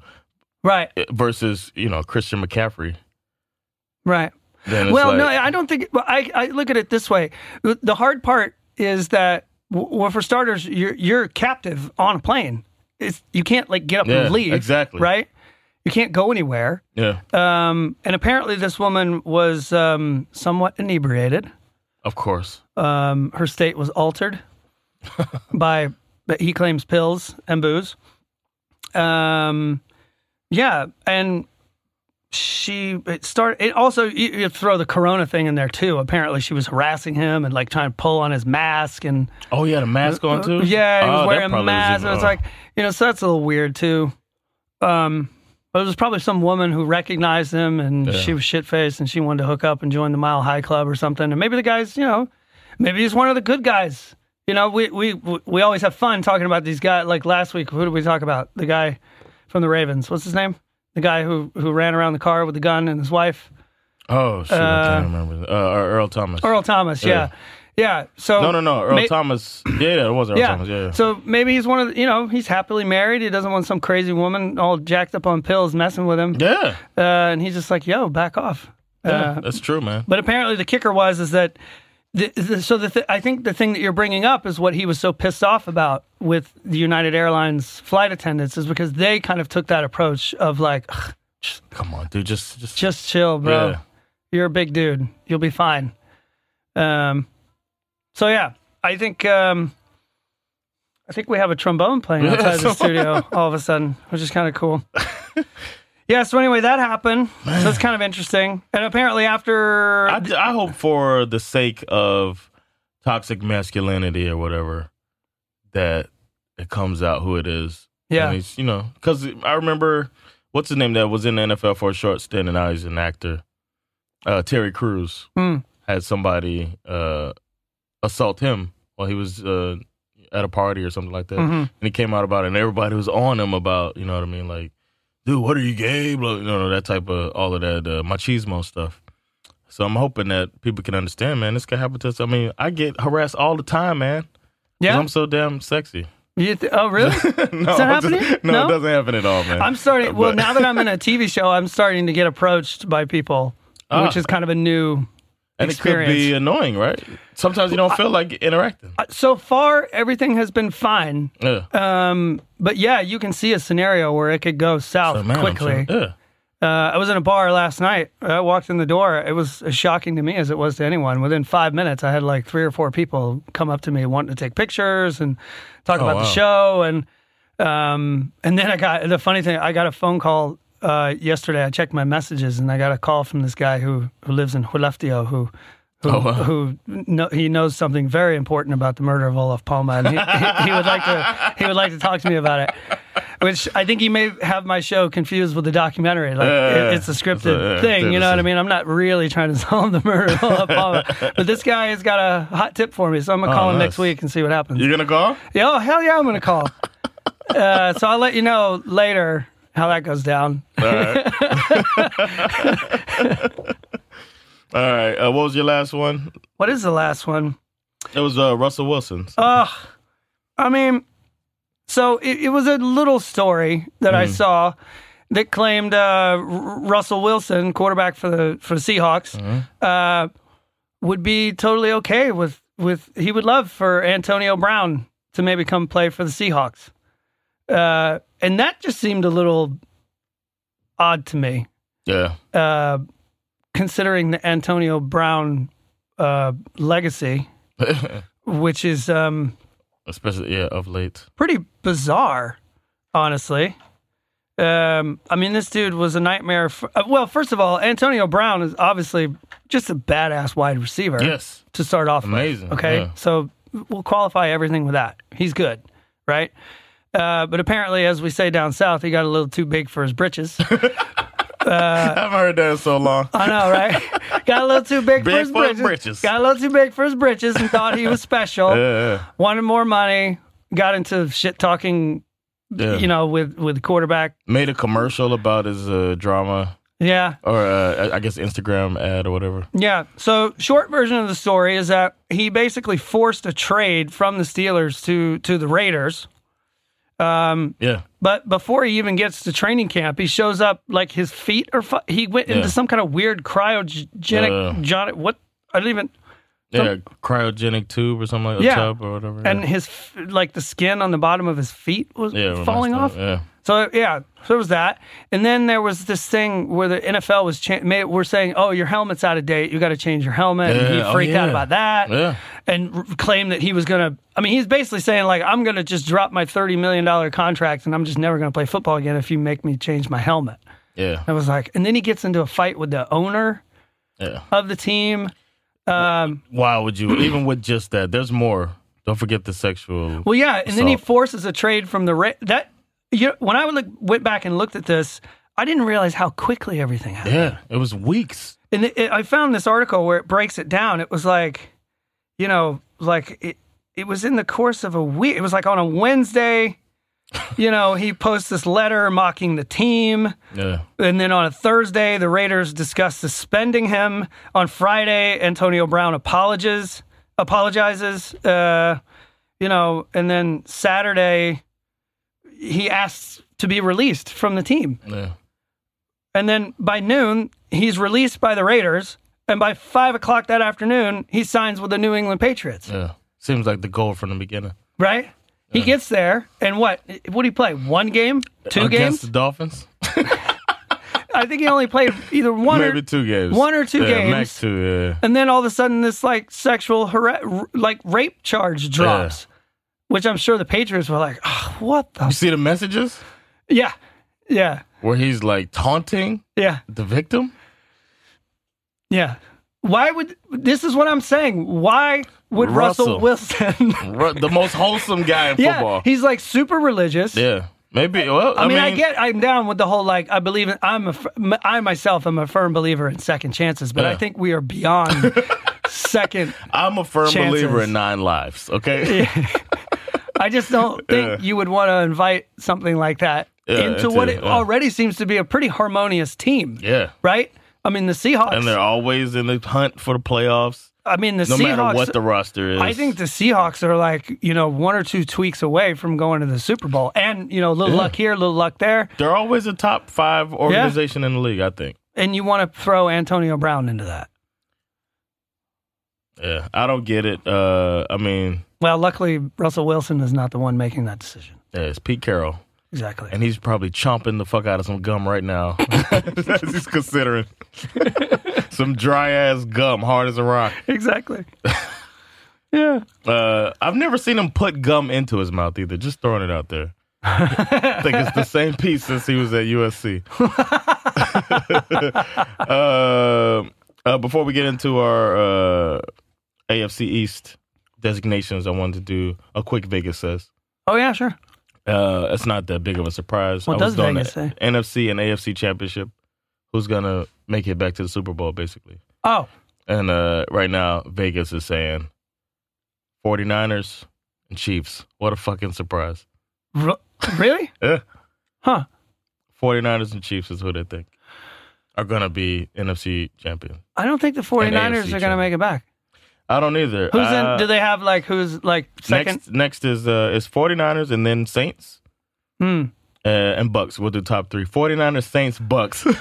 right, versus you know Christian McCaffrey. right. Then it's Well, like, no, I don't think. well, I I look at it this way: the hard part is that, w- well, for starters, you're you're captive on a plane. It's you can't like get up Yeah, and leave. exactly. Right. You can't go anywhere. yeah, Um, and apparently, this woman was um, somewhat inebriated. of course. Um, her state was altered by, but he claims pills and booze. Um, yeah, and she it started. It also you, you throw the corona thing in there too. Apparently, she was harassing him and like trying to pull on his mask and Oh, he had a mask on too. yeah, he Oh, was that wearing a probably mask. even- It was oh. like you know, so that's a little weird too. Um, but it was probably some woman who recognized him, and she was shit faced, and she wanted to hook up and join the Mile High Club or something. And maybe the guys, you know, maybe he's one of the good guys. You know, we we we always have fun talking about these guys. Like last week, who did we talk about? The guy from the Ravens. What's his name? The guy who who ran around the car with the gun and his wife, oh, shoot, I can't remember. Uh, Earl Thomas. Earl Thomas. Yeah, yeah. So No, no, no. Earl Ma- Thomas. Yeah, yeah, it was Earl Thomas. Yeah. yeah. Oh, So maybe he's one of the, you know, he's happily married. He doesn't want some crazy woman all jacked up on pills messing with him. yeah. Uh, and he's just like, yo, back off. Uh, yeah, that's true, man. But apparently the kicker was, is that, the, the, so the th- I think the thing that you're bringing up is what he was so pissed off about with the United Airlines flight attendants is because they kind of took that approach of like, "Ugh, Come on, dude. Just, just, just chill, bro. Yeah. You're a big dude. You'll be fine. Um, so yeah, I think um, I think we have a trombone playing outside the studio all of a sudden, which is kind of cool. Yeah, so anyway, that happened. So that's kind of interesting. And apparently, after I, I hope for the sake of toxic masculinity or whatever that it comes out who it is. yeah, And it's, you know, because I remember what's his name that was in the NFL for a short stint, and now he's an actor. Uh, Terry Crews Hmm. had somebody uh, assault him while he was uh, at a party or something like that, Mhm. and he came out about it, and everybody was on him about, you know what I mean, like, dude, what are you gay? Blah, you know, that type of all of that uh, machismo stuff. So I'm hoping that people can understand, man. This can happen to us. I mean, I get harassed all the time, man. 'cause yeah. I'm so damn sexy. You th- oh, really? no, that it doesn't- happening? no, No? it doesn't happen at all, man. I'm starting. Well, But- now that I'm in a TV show, I'm starting to get approached by people, Ah. which is kind of a new. and it could be uh, experience. annoying, right? Sometimes you don't feel like interacting. So far, everything has been fine. yeah. Um, but yeah, you can see a scenario where it could go south So, man, I'm quickly. trying- yeah. Uh, I was in a bar last night. I walked in the door. It was as shocking to me as it was to anyone. Within five minutes, I had like three or four people come up to me wanting to take pictures and talk about the wow. show. And um, and then I got the funny thing. I got a phone call uh, yesterday. I checked my messages and I got a call from this guy who who lives in Huleftio who. Who, Oh, wow. who kno- he knows something very important about the murder of Olaf Palme, and he, he, he would like to he would like to talk to me about it. Which I think he may have my show confused with the documentary. Like Yeah. it, it's a scripted Yeah, thing, you know what I Tennessee. mean? I'm not really trying to solve the murder of Olaf Palme, but this guy has got a hot tip for me, so I'm gonna call him Oh, nice. next week and see what happens. You're gonna go? Yeah, oh, hell yeah, I'm gonna call. uh, so I'll let you know later how that goes down. All right. All right. Uh, what was your last one? What is the last one? It was uh, Russell Wilson's. Ugh. I mean, so it, it was a little story that I saw that claimed uh, R- Russell Wilson, quarterback for the for the Seahawks, uh, would be totally okay with with he would love for Antonio Brown to maybe come play for the Seahawks, uh, and that just seemed a little odd to me yeah. uh, considering the Antonio Brown uh, legacy, which is um, Especially yeah, of late. pretty bizarre, honestly. Um, I mean, this dude was a nightmare. For, uh, well, first of all, Antonio Brown is obviously just a badass wide receiver Yes. to start off with. Amazing, Okay. yeah. So we'll qualify everything with that. He's good, right? Uh, but apparently, as we say down south, he got a little too big for his britches. I haven't heard that in so long. I know, right? Got a little too Big big, for his for his britches. britches. Got a little too big for his britches and thought he was special. Yeah. Wanted more money. Got into shit talking, Yeah. you know, with with quarterback. Made a commercial about his uh, drama Yeah, or uh, I I guess Instagram ad or whatever. yeah. So short version of the story is that he basically forced a trade from the Steelers to to the Raiders. Yeah. But before he even gets to training camp, he shows up like his feet are. Fu- he went Yeah. into some kind of weird cryogenic. Yeah. Johnny, what I don't even. Yeah. Cryogenic tube or something like Yeah. a tub or whatever. and yeah. his f- like the skin on the bottom of his feet was Yeah, it reminds falling me off. of- Yeah. So yeah, so there was that, and then there was this thing where the NFL was cha- made, we're saying, "Oh, your helmet's out of date. You got to change your helmet." and he Yeah, oh, freaked out yeah. about that, Yeah. and r- claimed that he was gonna. I mean, he's basically saying like, "I'm gonna just drop my thirty million dollar contract, and I'm just never gonna play football again if you make me change my helmet." Yeah. I was like, and then he gets into a fight with the owner Yeah. of the team. Why would you? Even with just that, there's more. Don't forget the sexual. Well, yeah, and then he So- forces a trade from the Ra- that. You know, when I would look, went back and looked at this, I didn't realize how quickly everything happened. yeah, it was weeks. And it, it- I found this article where it breaks it down. It was like, you know, like it. It was in the course of a week. It was like on a Wednesday. You know, he posts this letter mocking the team. Yeah, And then on a Thursday, the Raiders discuss suspending him. On Friday, Antonio Brown apologizes, apologizes, uh, you know, and then Saturday, he asks to be released from the team. yeah. And then by noon, he's released by the Raiders. And by five o'clock that afternoon, he signs with the New England Patriots. Yeah. Seems like the goal from the beginning. Right? He gets there, and what? What did he play? One game? Two Against games? the Dolphins? I think he only played either one Maybe or two games. one or two yeah, games. Max two, yeah. And then all of a sudden, this like sexual har- r- like rape charge drops, which I'm sure the Patriots were like, oh, "What You the?" see the messages? Yeah, Yeah. where he's like taunting Yeah. the victim. Yeah. Why would this is what I'm saying? Why would Russell, Russell. Wilson? Ru- the most wholesome guy in yeah, football. he's like super religious. Yeah, maybe. Well, I, I, mean, I get I'm down with the whole like I believe in, I'm a fir- m- I myself am a firm believer in second chances, but I Yeah. think we are beyond second. I'm a firm chances. believer in nine lives. Okay, I just don't think Yeah. you would want to invite something like that Yeah, into into- what it yeah. already seems to be a pretty harmonious team, yeah, right? I mean, the Seahawks. and they're always in the hunt for the playoffs, I mean, the no Seahawks. matter what the roster is. I think the Seahawks are like, you know, one or two tweaks away from going to the Super Bowl. And, you know, a little luck here, a little luck there. they're always a top five organization in the league. I think. And you want to throw Antonio Brown into that. Yeah, I don't get it. Uh, I mean, Well, luckily, Russell Wilson is not the one making that decision. yeah, it's Pete Carroll, Exactly. and he's probably chomping the fuck out of some gum right now. As he's considering some dry ass gum, hard as a rock. exactly. yeah. Uh, I've never seen him put gum into his mouth either. Just throwing it out there. I think it's the same piece since he was at USC. uh, uh, before we get into our uh, AFC East designations, I wanted to do a quick Vegas says. Oh, yeah, sure. Uh, it's not that big of a surprise. What I was does doing Vegas the say? NFC and AFC championship. Who's gonna make it back to the Super Bowl, basically? Oh, And uh, right now, Vegas is saying 49ers and Chiefs. What a fucking surprise. r- really? Yeah. Huh. 49ers and Chiefs is who they think are going to be NFC champion. I don't think the 49ers are going to champ. make it back. I don't either. Who's Uh, in? Do they have like who's like second? next, next is uh, is 49ers and then Saints Hmm. uh, and Bucks. We'll do top three 49ers, Saints, Bucks.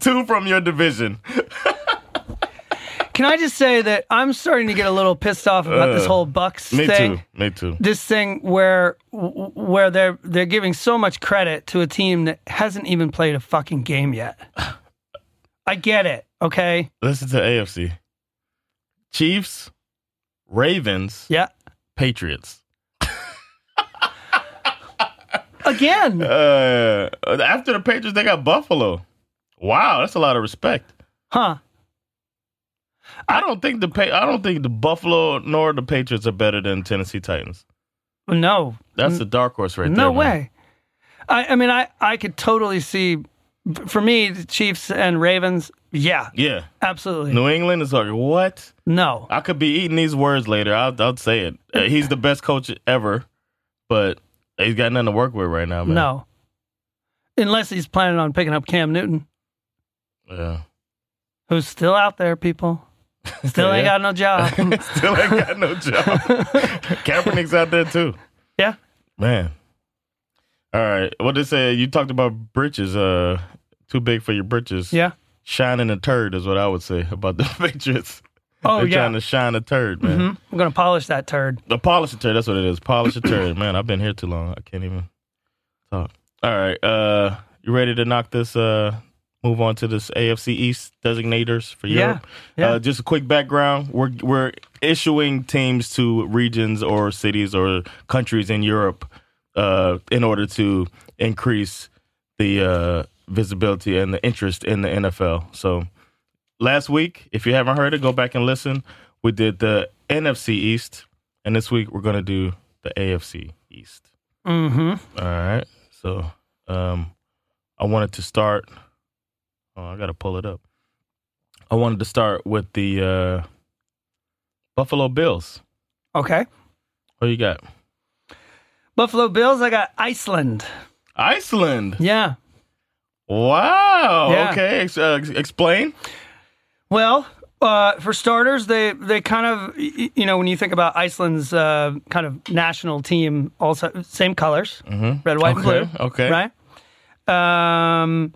Two from your division. Can I just say that I'm starting to get a little pissed off about this Uh, whole Bucks Me thing? too. Me too. this thing where where they're they're giving so much credit to a team that hasn't even played a fucking game yet. I get it, okay? Listen to AFC Chiefs, Ravens, Yeah. Patriots. Again. Uh, after the Patriots, they got Buffalo. Wow, that's a lot of respect. Huh. I don't think the pa- I don't think the Buffalo nor the Patriots are better than Tennessee Titans. No. That's the dark horse right there. No man. way. I I mean I I could totally see for me the Chiefs and Ravens, yeah, Yeah, absolutely. New England is like what? No. I could be eating these words later. I'll, I'll say it. Uh, he's the best coach ever, but he's got nothing to work with right now, man. No. Unless he's planning on picking up Cam Newton, Yeah. who's still out there, people. Still ain't Yeah. got no job. Still ain't got no job. Kaepernick's out there too. yeah. Man. All right. What they say? You talked about britches. Uh, too big for your britches. Yeah. Shining a turd is what I would say about the Patriots. Oh They're yeah. trying to shine a turd, man. Mhm. I'm gonna polish that turd. The polish a turd. That's what it is. Polish a turd, man. I've been here too long. I can't even talk. All right. Uh, you ready to knock this? Uh, move on to this AFC East designators for Yeah, Europe. yeah. Uh, just a quick background. We're we're issuing teams to regions or cities or countries in Europe uh, in order to increase the uh, visibility and the interest in the NFL. So last week, if you haven't heard it, go back and listen. We did the NFC East, and this week we're gonna do the AFC East. Mm-hmm. All right. So, um, I wanted to start. Oh, I gotta pull it up. I wanted to start with the uh, Buffalo Bills. Okay. What you got? Buffalo Bills. I got Iceland. Iceland. Yeah. Wow. Yeah. Okay. Ex- uh, ex- explain. Well, uh, for starters, they they kind of y- y- you know when you think about Iceland's uh, kind of national team, also same colors, Mhm. red, white, Okay, and blue. okay. Right. Um,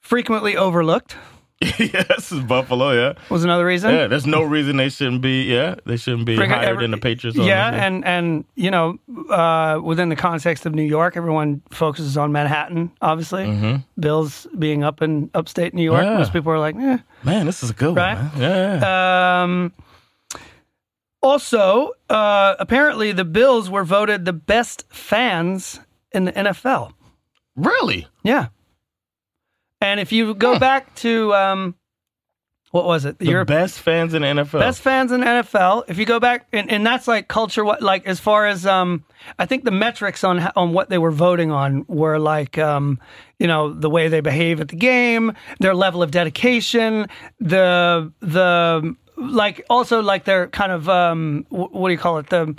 frequently overlooked yes, it's Buffalo. Yeah. was another reason. Yeah. There's no reason they shouldn't be. Yeah, they shouldn't be Freaking higher every- than the Patriots. on Yeah, this. and and you know, uh, within the context of New York, everyone focuses on Manhattan. Obviously, Bills being up in upstate New York, Mm-hmm. Yeah. most people are like, eh. man, this is a good Right? one. man. Yeah. yeah. Um, also, uh, apparently, the Bills were voted the best fans in the NFL. Really? Yeah. And if you go back to um, what was it? The best fans in the NFL. Best fans in NFL. If you go back, and, and that's like culture. What like as far as um, I think the metrics on ho- on what they were voting on were like um, you know, the way they behave at the game, their level of dedication, the the like also like their kind of um, wh- what do you call it? The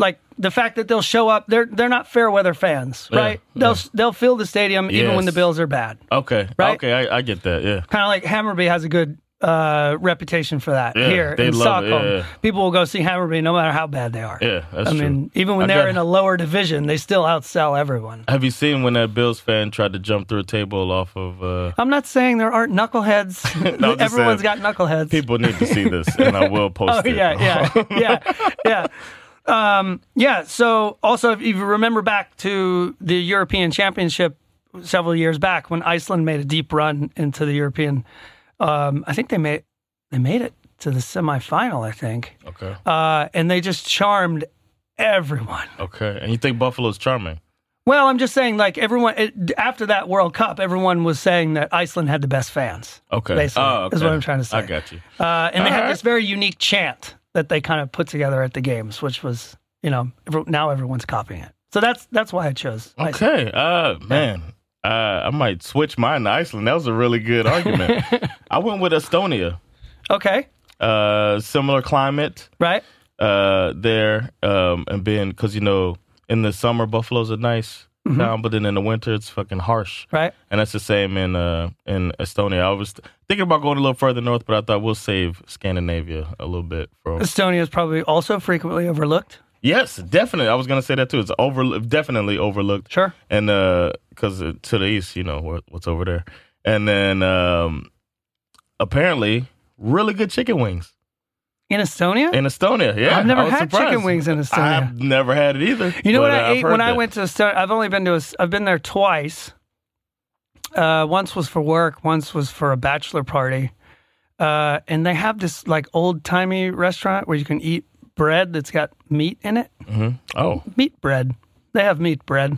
like the fact that they'll show up. They're they're not fair weather fans, right? They'll they'll fill the stadium even when Yes. the Bills are bad okay. Right? Okay, I, I get that. Yeah. kind of like Hammerby has a good uh, reputation for that Yeah, here they love in it, Stockholm. yeah, yeah. People will go see Hammerby no matter how bad they are. Yeah, that's I true. mean, even when I they're got- in a lower division, they still outsell everyone. Have you seen when that Bills fan tried to jump through a table off of? Uh, I'm not saying there aren't knuckleheads. No, I'm just Everyone's got saying, knuckleheads. people need to see this, and I will post oh it. yeah, yeah, yeah, yeah. Um, yeah. So also, if you remember back to the European Championship several years back when Iceland made a deep run into the European, um, I think they made they made it to the semifinal. I think. Okay. uh, and they just charmed everyone. Okay. And you think Buffalo's charming? Well, I'm just saying, like everyone it, after that World Cup, everyone was saying that Iceland had the best fans. Okay. Basically, Oh, is okay. what I'm trying to say. I got you. Uh, and they All had right. this very unique chant that they kind of put together at the games, which was, you know, every, now everyone's copying it. So that's that's why I chose. Iceland. Okay. Uh, man, uh, I might switch mine to Iceland. That was a really good argument. I went with Estonia. Okay, Uh, similar climate right? uh, there, um, and being because you know in the summer Buffalo's a nice Mm-hmm. town, but then in the winter it's fucking harsh. Right. And that's the same in uh, in Estonia. I was thinking about going a little further north, but I thought we'll save Scandinavia a little bit from. Estonia is probably also frequently overlooked. Yes, definitely. I was gonna say that too. It's over, definitely overlooked. Sure. and uh because to the east you know what, what's over there and then um apparently really good chicken wings In Estonia, in estonia yeah I've never I was had surprised. chicken wings in Estonia. i've never had it either You know but what I I've ate heard when I that. went to Stone? I've only been to. A, I've been there twice. Uh, once was for work. Once was for a bachelor party. Uh, and they have this like old timey restaurant where you can eat bread that's got meat in it. oh Meat bread. They have meat bread.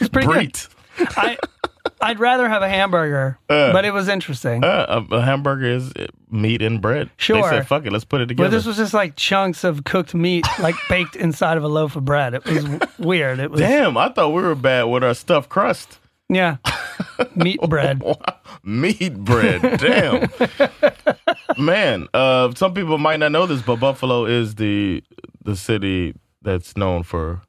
It's pretty good. Breet. I I'd rather have a hamburger, but it was interesting. Uh, a, a hamburger is meat and bread they Sure. said fuck it let's put it together but this was just like chunks of cooked meat, like baked inside of a loaf of bread. It was weird. It was damn i thought we were bad with our stuffed crust yeah, meat bread. meat bread damn man uh some people might not know this but buffalo is the the city that's known for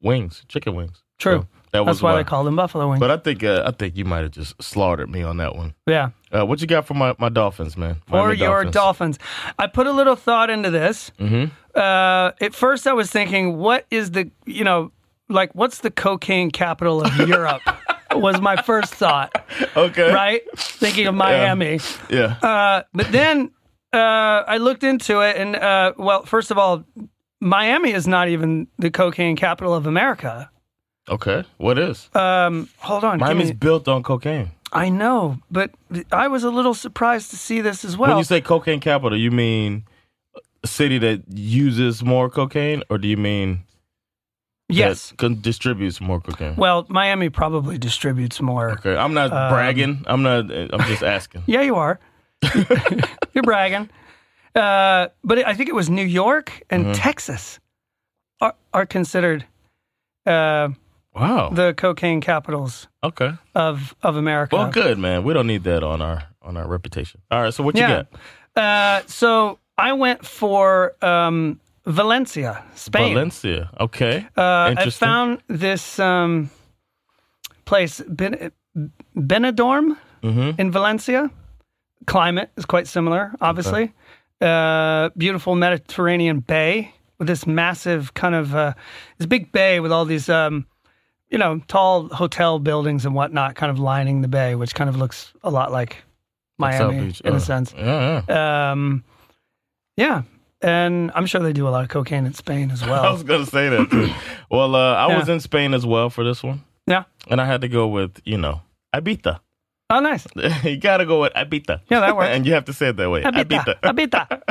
wings chicken wings True. So that was That's why, they call them buffalo wings. but i think uh, i think you might have just slaughtered me on that one yeah. uh what you got for my my dolphins man Or Miami your dolphins, dolphins. I put a little thought into this. Mm-hmm. Uh, at first, I was thinking, what is the, you know, like, what's the cocaine capital of Europe? was my first thought, okay right? Thinking of Miami. yeah Uh, but then uh, I looked into it, and uh, well, first of all, Miami is not even the cocaine capital of America. okay what is Um, hold on. give miami's me- built on cocaine I know, but I was a little surprised to see this as well. when you say cocaine capital you mean a city that uses more cocaine or do you mean yes. that con- distributes more cocaine. Well, Miami probably distributes more. okay, I'm not bragging. I'm not. I'm just asking. Yeah, you are. You're bragging. Uh, but I think it was New York and Uh-huh. Texas are, are considered uh, Wow. the cocaine capitals okay. of, of America. Well, good man. We don't need that on our on our reputation. All right. So what you Yeah. got? Uh, so I went for um, Valencia, Spain. Valencia. Okay. Uh, I Interesting. found this um, place, ben- Benidorm Mm-hmm. in Valencia. Climate is quite similar, obviously. Uh, beautiful Mediterranean bay with this massive kind of uh, this big bay with all these, um, you know, tall hotel buildings and whatnot, kind of lining the bay, which kind of looks a lot like South Miami Beach. in Uh, a sense. Yeah. yeah. Um, yeah, and I'm sure they do a lot of cocaine in Spain as I well. was gonna say that. Too. well, uh, I was Yeah. in Spain as well for this one, yeah. and I had to go with you know Ibiza. Oh, nice. you gotta go with Abita. Yeah, that works. and you have to say it that way. Abita. Abita.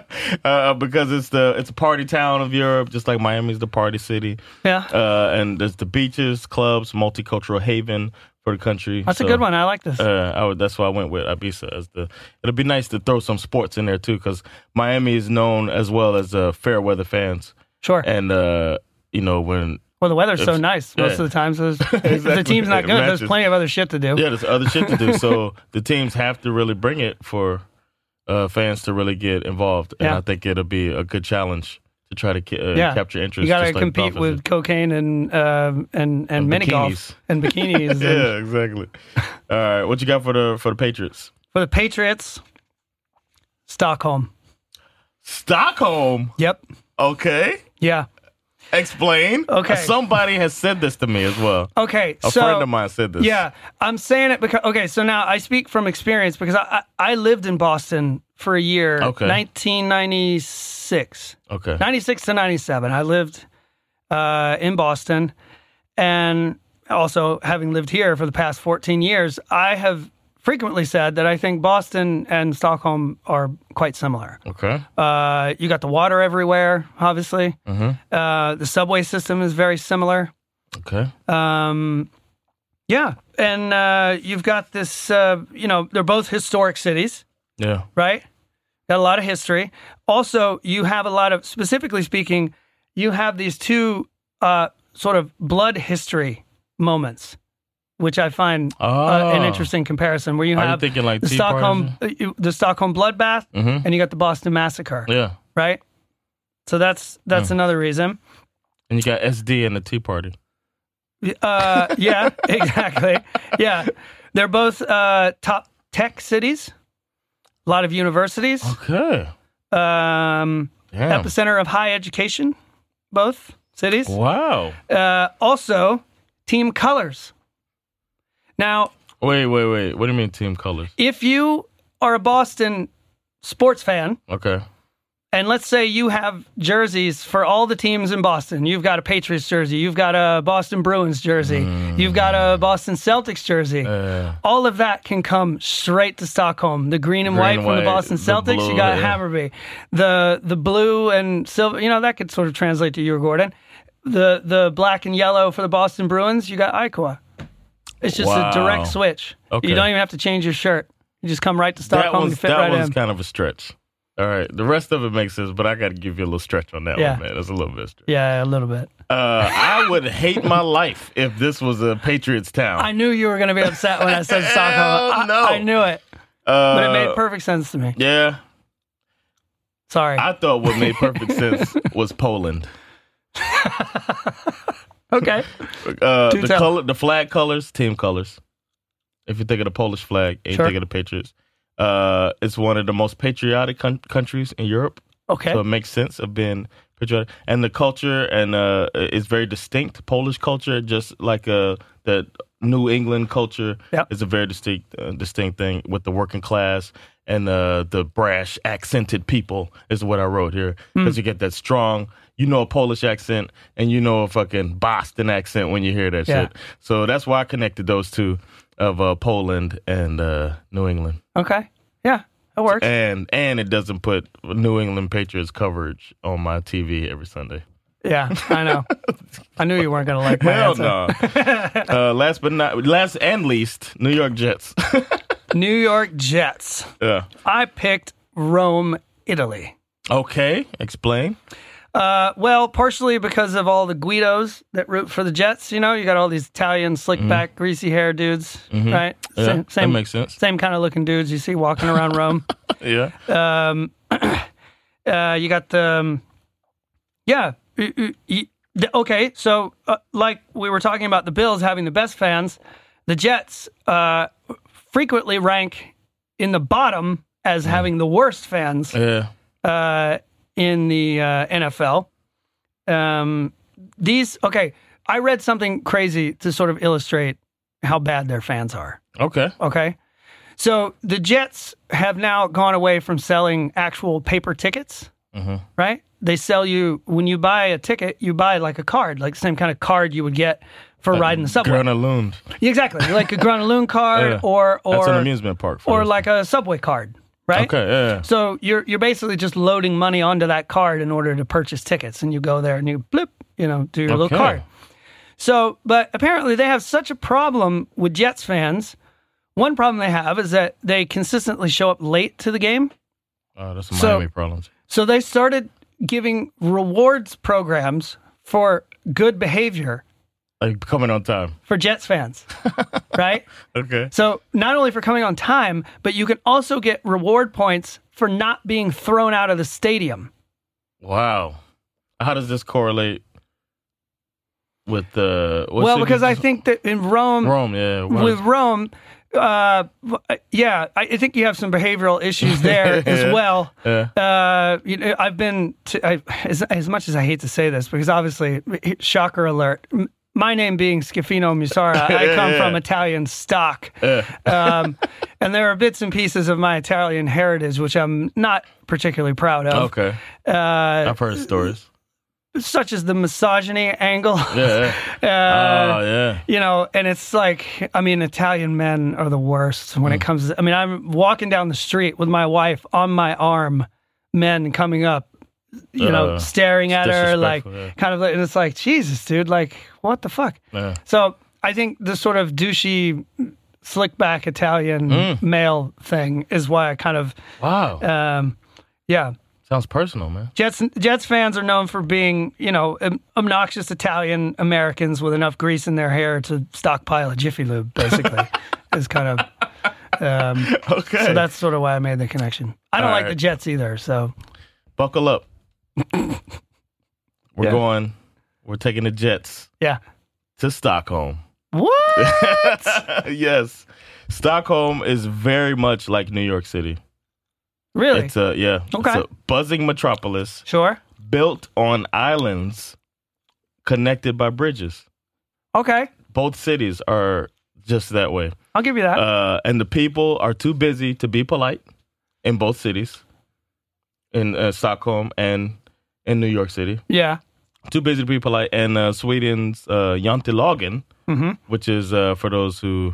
uh, because it's the it's a party town of Europe, just like Miami's the party city. Yeah. Uh, and there's the beaches, clubs, multicultural haven for the country. That's So, a good one. I like this. Uh, I would, that's why I went with Ibiza as the. It'll be nice to throw some sports in there too, because Miami is known as well as uh, fair weather fans, sure. and uh, you know when Well, the weather's so it's- nice most yeah. of the time. So there's- if the Exactly. team's not It good. There's matches. plenty of other shit to do. yeah, there's other shit to do. So the teams have to really bring it for uh, fans to really get involved, and Yeah. I think it'll be a good challenge to try to ca- uh, Yeah. capture interest. You got to just like compete Dolphins with cocaine and um and and, And mini bikinis. golf and bikinis. do. and- Yeah, exactly. All right, what you got for the for the Patriots? For the Patriots, Stockholm. Stockholm. Yep. Okay, Yeah. explain. Okay. somebody has said this to me as well. Okay. A so friend of mine said this. Yeah, I'm saying it because okay. So now I speak from experience because I I, I lived in Boston for a year, Okay. 1996, Okay. 96 to 97. I lived uh, in Boston, and also having lived here for the past 14 years, I have frequently said that I think Boston and Stockholm are quite similar. Okay. Uh, you got the water everywhere, obviously. Uh, the subway system is very similar. Okay. Um, yeah, and uh, you've got this. Uh, you know, they're both historic cities, Yeah. right? Got a lot of history. Also, you have a lot of, specifically speaking, you have these two uh, sort of blood history moments, which I find uh, an Ah. interesting comparison. Where you Are you have thinking like the Tea Stockholm, uh, you- the Stockholm bloodbath, Mhm. and you got the Boston massacre, Mm-hmm. Yeah. right? So that's that's another reason. And you got SD and the Tea Party. Uh, yeah, exactly. Yeah, they're both uh, top tech cities. A lot of universities. Okay. Um, Damn. epicenter of high education. Both cities. wow. Uh, also, team colors. Now, Wait, wait, wait. What do you mean team colors? if you are a Boston sports fan, Okay. and let's say you have jerseys for all the teams in Boston. You've got a Patriots jersey, you've got a Boston Bruins jersey, you've got a Boston Celtics jersey. Uh, all of that can come straight to Stockholm. The green and Green white and from the white, Boston the Celtics, you blue, got yeah. Hammerby. The the blue and silver, you know, that could sort of translate to you, Gordon. The the black and yellow for the Boston Bruins, you got Iowa. It's just Wow. a direct switch. Okay. You don't even have to change your shirt. You just come right to that Stockholm one's, and fit that right one's in. kind of a stretch. All right. The rest of it makes sense, but I got to give you a little stretch on that Yeah. one, man. That's a little bit of a stretch. yeah, a little bit. Uh, I would hate my life if this was a Patriots town. I knew you were going to be upset when I said Stockholm. I, Hell no. I knew it, uh, but it made perfect sense to me. yeah. Sorry. I thought what made perfect sense was Poland. okay. Uh, Do the tell. color, the flag colors, team colors. If you think of the Polish flag, and you Sure. think of the Patriots. Uh, it's one of the most patriotic con- countries in Europe, Okay. so it makes sense of being patriotic. And the culture and uh, is very distinct. Polish culture, just like uh, the New England culture, Yep. is a very distinct, uh, distinct thing with the working class and uh, the brash, accented people. Is what I wrote here Hmm. because you get that strong. You know a Polish accent and you know a fucking Boston accent when you hear that Yeah. shit. So that's why I connected those two of uh, Poland and uh, New England. okay. Yeah, that works. And and it doesn't put New England Patriots coverage on my TV every Sunday. Yeah, I know. I knew you weren't going to like my Hell answer. no. uh, last but not last and least, New York Jets. New York Jets. yeah. I picked Rome, Italy. Okay, explain. Uh, well, partially because of all the Guidos that root for the Jets. You know, you got all these Italian slick back, greasy hair dudes, right? Mm-hmm. Yeah, that makes sense. Same kind of looking dudes you see walking around Rome. Yeah. uh, you got the um, yeah y- y- y- the- okay so uh, like we were talking about the bills having the best fans the jets uh, frequently rank in the bottom as having the worst fans Yeah. uh, in the uh, nfl um, these okay i read something crazy to sort of illustrate how bad their fans are Okay. okay so the jets have now gone away from selling actual paper tickets hmm right? They sell you when you buy a ticket, you buy like a card, like the same kind of card you would get for riding the subway. Granaloon. exactly, like a Granaloon card Yeah. or or That's an amusement park. For or us. like a subway card, right? Okay, yeah, yeah. So you're you're basically just loading money onto that card in order to purchase tickets, and you go there and you blip, you know, do your Okay. little card. So, but apparently they have such a problem with Jets fans. One problem they have is that they consistently show up late to the game. Oh, that's So- Miami problems. So they started giving rewards programs for good behavior Like coming on time. for Jets fans, right? Okay. So not only for coming on time, but you can also get reward points for not being thrown out of the stadium. Wow. How does this correlate with the? what well, city because is I this? think that in Rome, Rome. Yeah. what with is- Rome, uh, yeah, I I think you have some behavioral issues there Yeah. as well. yeah. Uh, you know, I've been to, I, as, as much as I hate to say this because obviously, shocker alert. m- My name being Scafino Musara, I come yeah. from Italian stock, um, and there are bits and pieces of my Italian heritage which I'm not particularly proud of, Okay. uh, I've heard stories. such as the misogyny angle. Yeah. Uh, yeah. oh yeah. you know, and it's like, I mean, Italian men are the worst Mm. when it comes. I mean, I'm walking down the street with my wife on my arm, men coming up, you know, Uh, staring at her, like, disrespectful, yeah. kind of like, and it's like, Jesus, dude, like, what the fuck? Yeah. So I think the sort of douchey, slick back Italian Mm. male thing is why I kind of, Wow. um, yeah. Sounds personal, man. Jets Jets fans are known for being, you know, ob- obnoxious Italian Americans with enough grease in their hair to stockpile a Jiffy Lube. Basically, is kind of um, Okay. so that's sort of why I made the connection. I don't All like right. the Jets either, so Buckle up. we're Yeah. going. We're taking the Jets yeah. to Stockholm. What? yes. Stockholm is very much like New York City. Really? It's a yeah. Okay. It's a buzzing metropolis sure. built on islands connected by bridges. Okay, Both cities are just that way. I'll give you that. Uh, and the people are too busy to be polite in both cities, in uh, Stockholm and in New York City. yeah. Too busy to be polite. And uh, Sweden's uh, Jantelagen, Mm-hmm. which is uh, for those who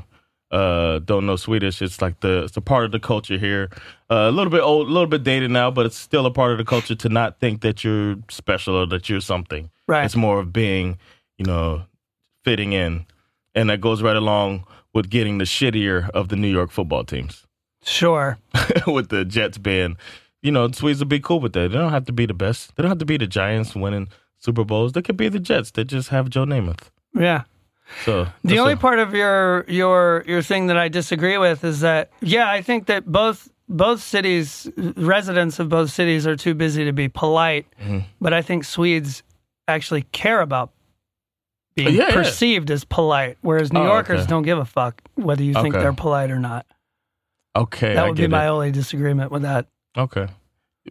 uh, don't know Swedish, it's like the it's a part of the culture here. Uh, a little bit old, a little bit dated now, but it's still a part of the culture to not think that you're special or that you're something. Right. It's more of being, you know, fitting in, and that goes right along with getting the shittier of the New York football teams, Sure. with the Jets being, you know, Swedes would be cool with that. They don't have to be the best. They don't have to be the Giants winning Super Bowls. They could be the Jets. They just have Joe Namath. Yeah. So The that's only a- part of your your your thing that I disagree with is that yeah, I think that both both cities residents of both cities are too busy to be polite, Mm-hmm. but I think Swedes actually care about being Yeah, yeah. perceived as polite, whereas New Oh, Yorkers okay. don't give a fuck whether you think Okay. they're polite or not. okay. that I would be get my it. only disagreement with that. Okay.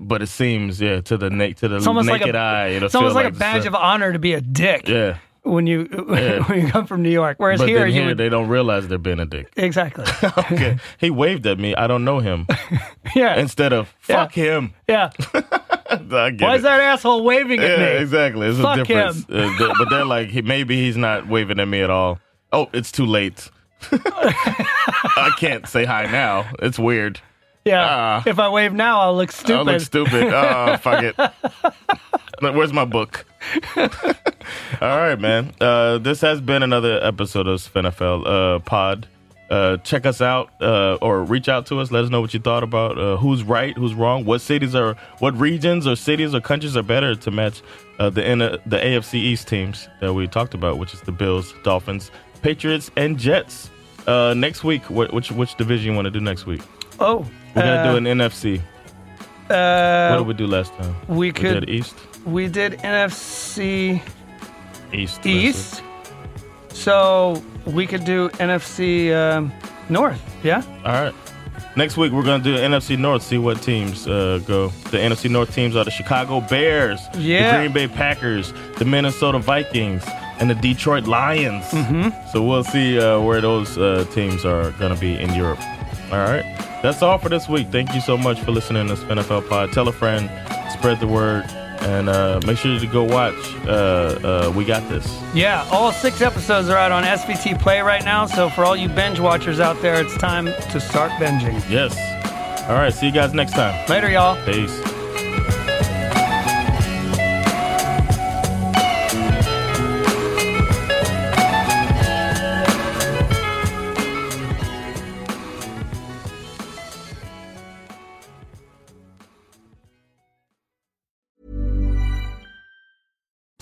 But it seems, yeah, to the na- to the It's almost like naked a eye, it'll it's almost feel like, like a the badge sun. of honor to be a dick yeah. when you Yeah. when you come from New York, whereas But here then you here would, they don't realize they're being a dick. exactly Okay, he waved at me. I don't know him. yeah Instead of fuck him. yeah. I get Why it. is that asshole waving at Yeah, me? exactly. It's Fuck a difference. Uh, th- but they're like, he, maybe he's not waving at me at all. Oh, it's too late. I can't say hi now. It's weird. Yeah. Ah. if I wave now, I'll look stupid. I look stupid. Oh, fuck it. Like, Where's my book? All right, man. Uh, this has been another episode of SpinFL uh, Pod. Uh, check us out uh, or reach out to us. Let us know what you thought about uh, who's right, who's wrong, what cities are, what regions or cities or countries are better to match uh, the N- the AFC East teams that we talked about, which is the Bills, Dolphins, Patriots, and Jets. Uh, next week, wh- which which division you want to do next week? oh, We're gonna uh, do an NFC. What Uh, did we do last time? we, we could. did East. We did NFC East. East, so we could do NFC um, North. Yeah. All right. Next week we're gonna do NFC North. See what teams uh, go. The NFC North teams are the Chicago Bears, Yeah. the Green Bay Packers, the Minnesota Vikings, and the Detroit Lions. Mm-hmm. So we'll see uh, where those uh, teams are gonna be in Europe. All right. That's all for this week. Thank you so much for listening to Spin NFL Pod. Tell a friend, spread the word, and And uh, make sure to go watch uh, uh, We Got This. Yeah, all six episodes are out on SVT Play right now. So for all you binge watchers out there, it's time to start binging. Yes. All right. See you guys next time. Later, y'all. Peace.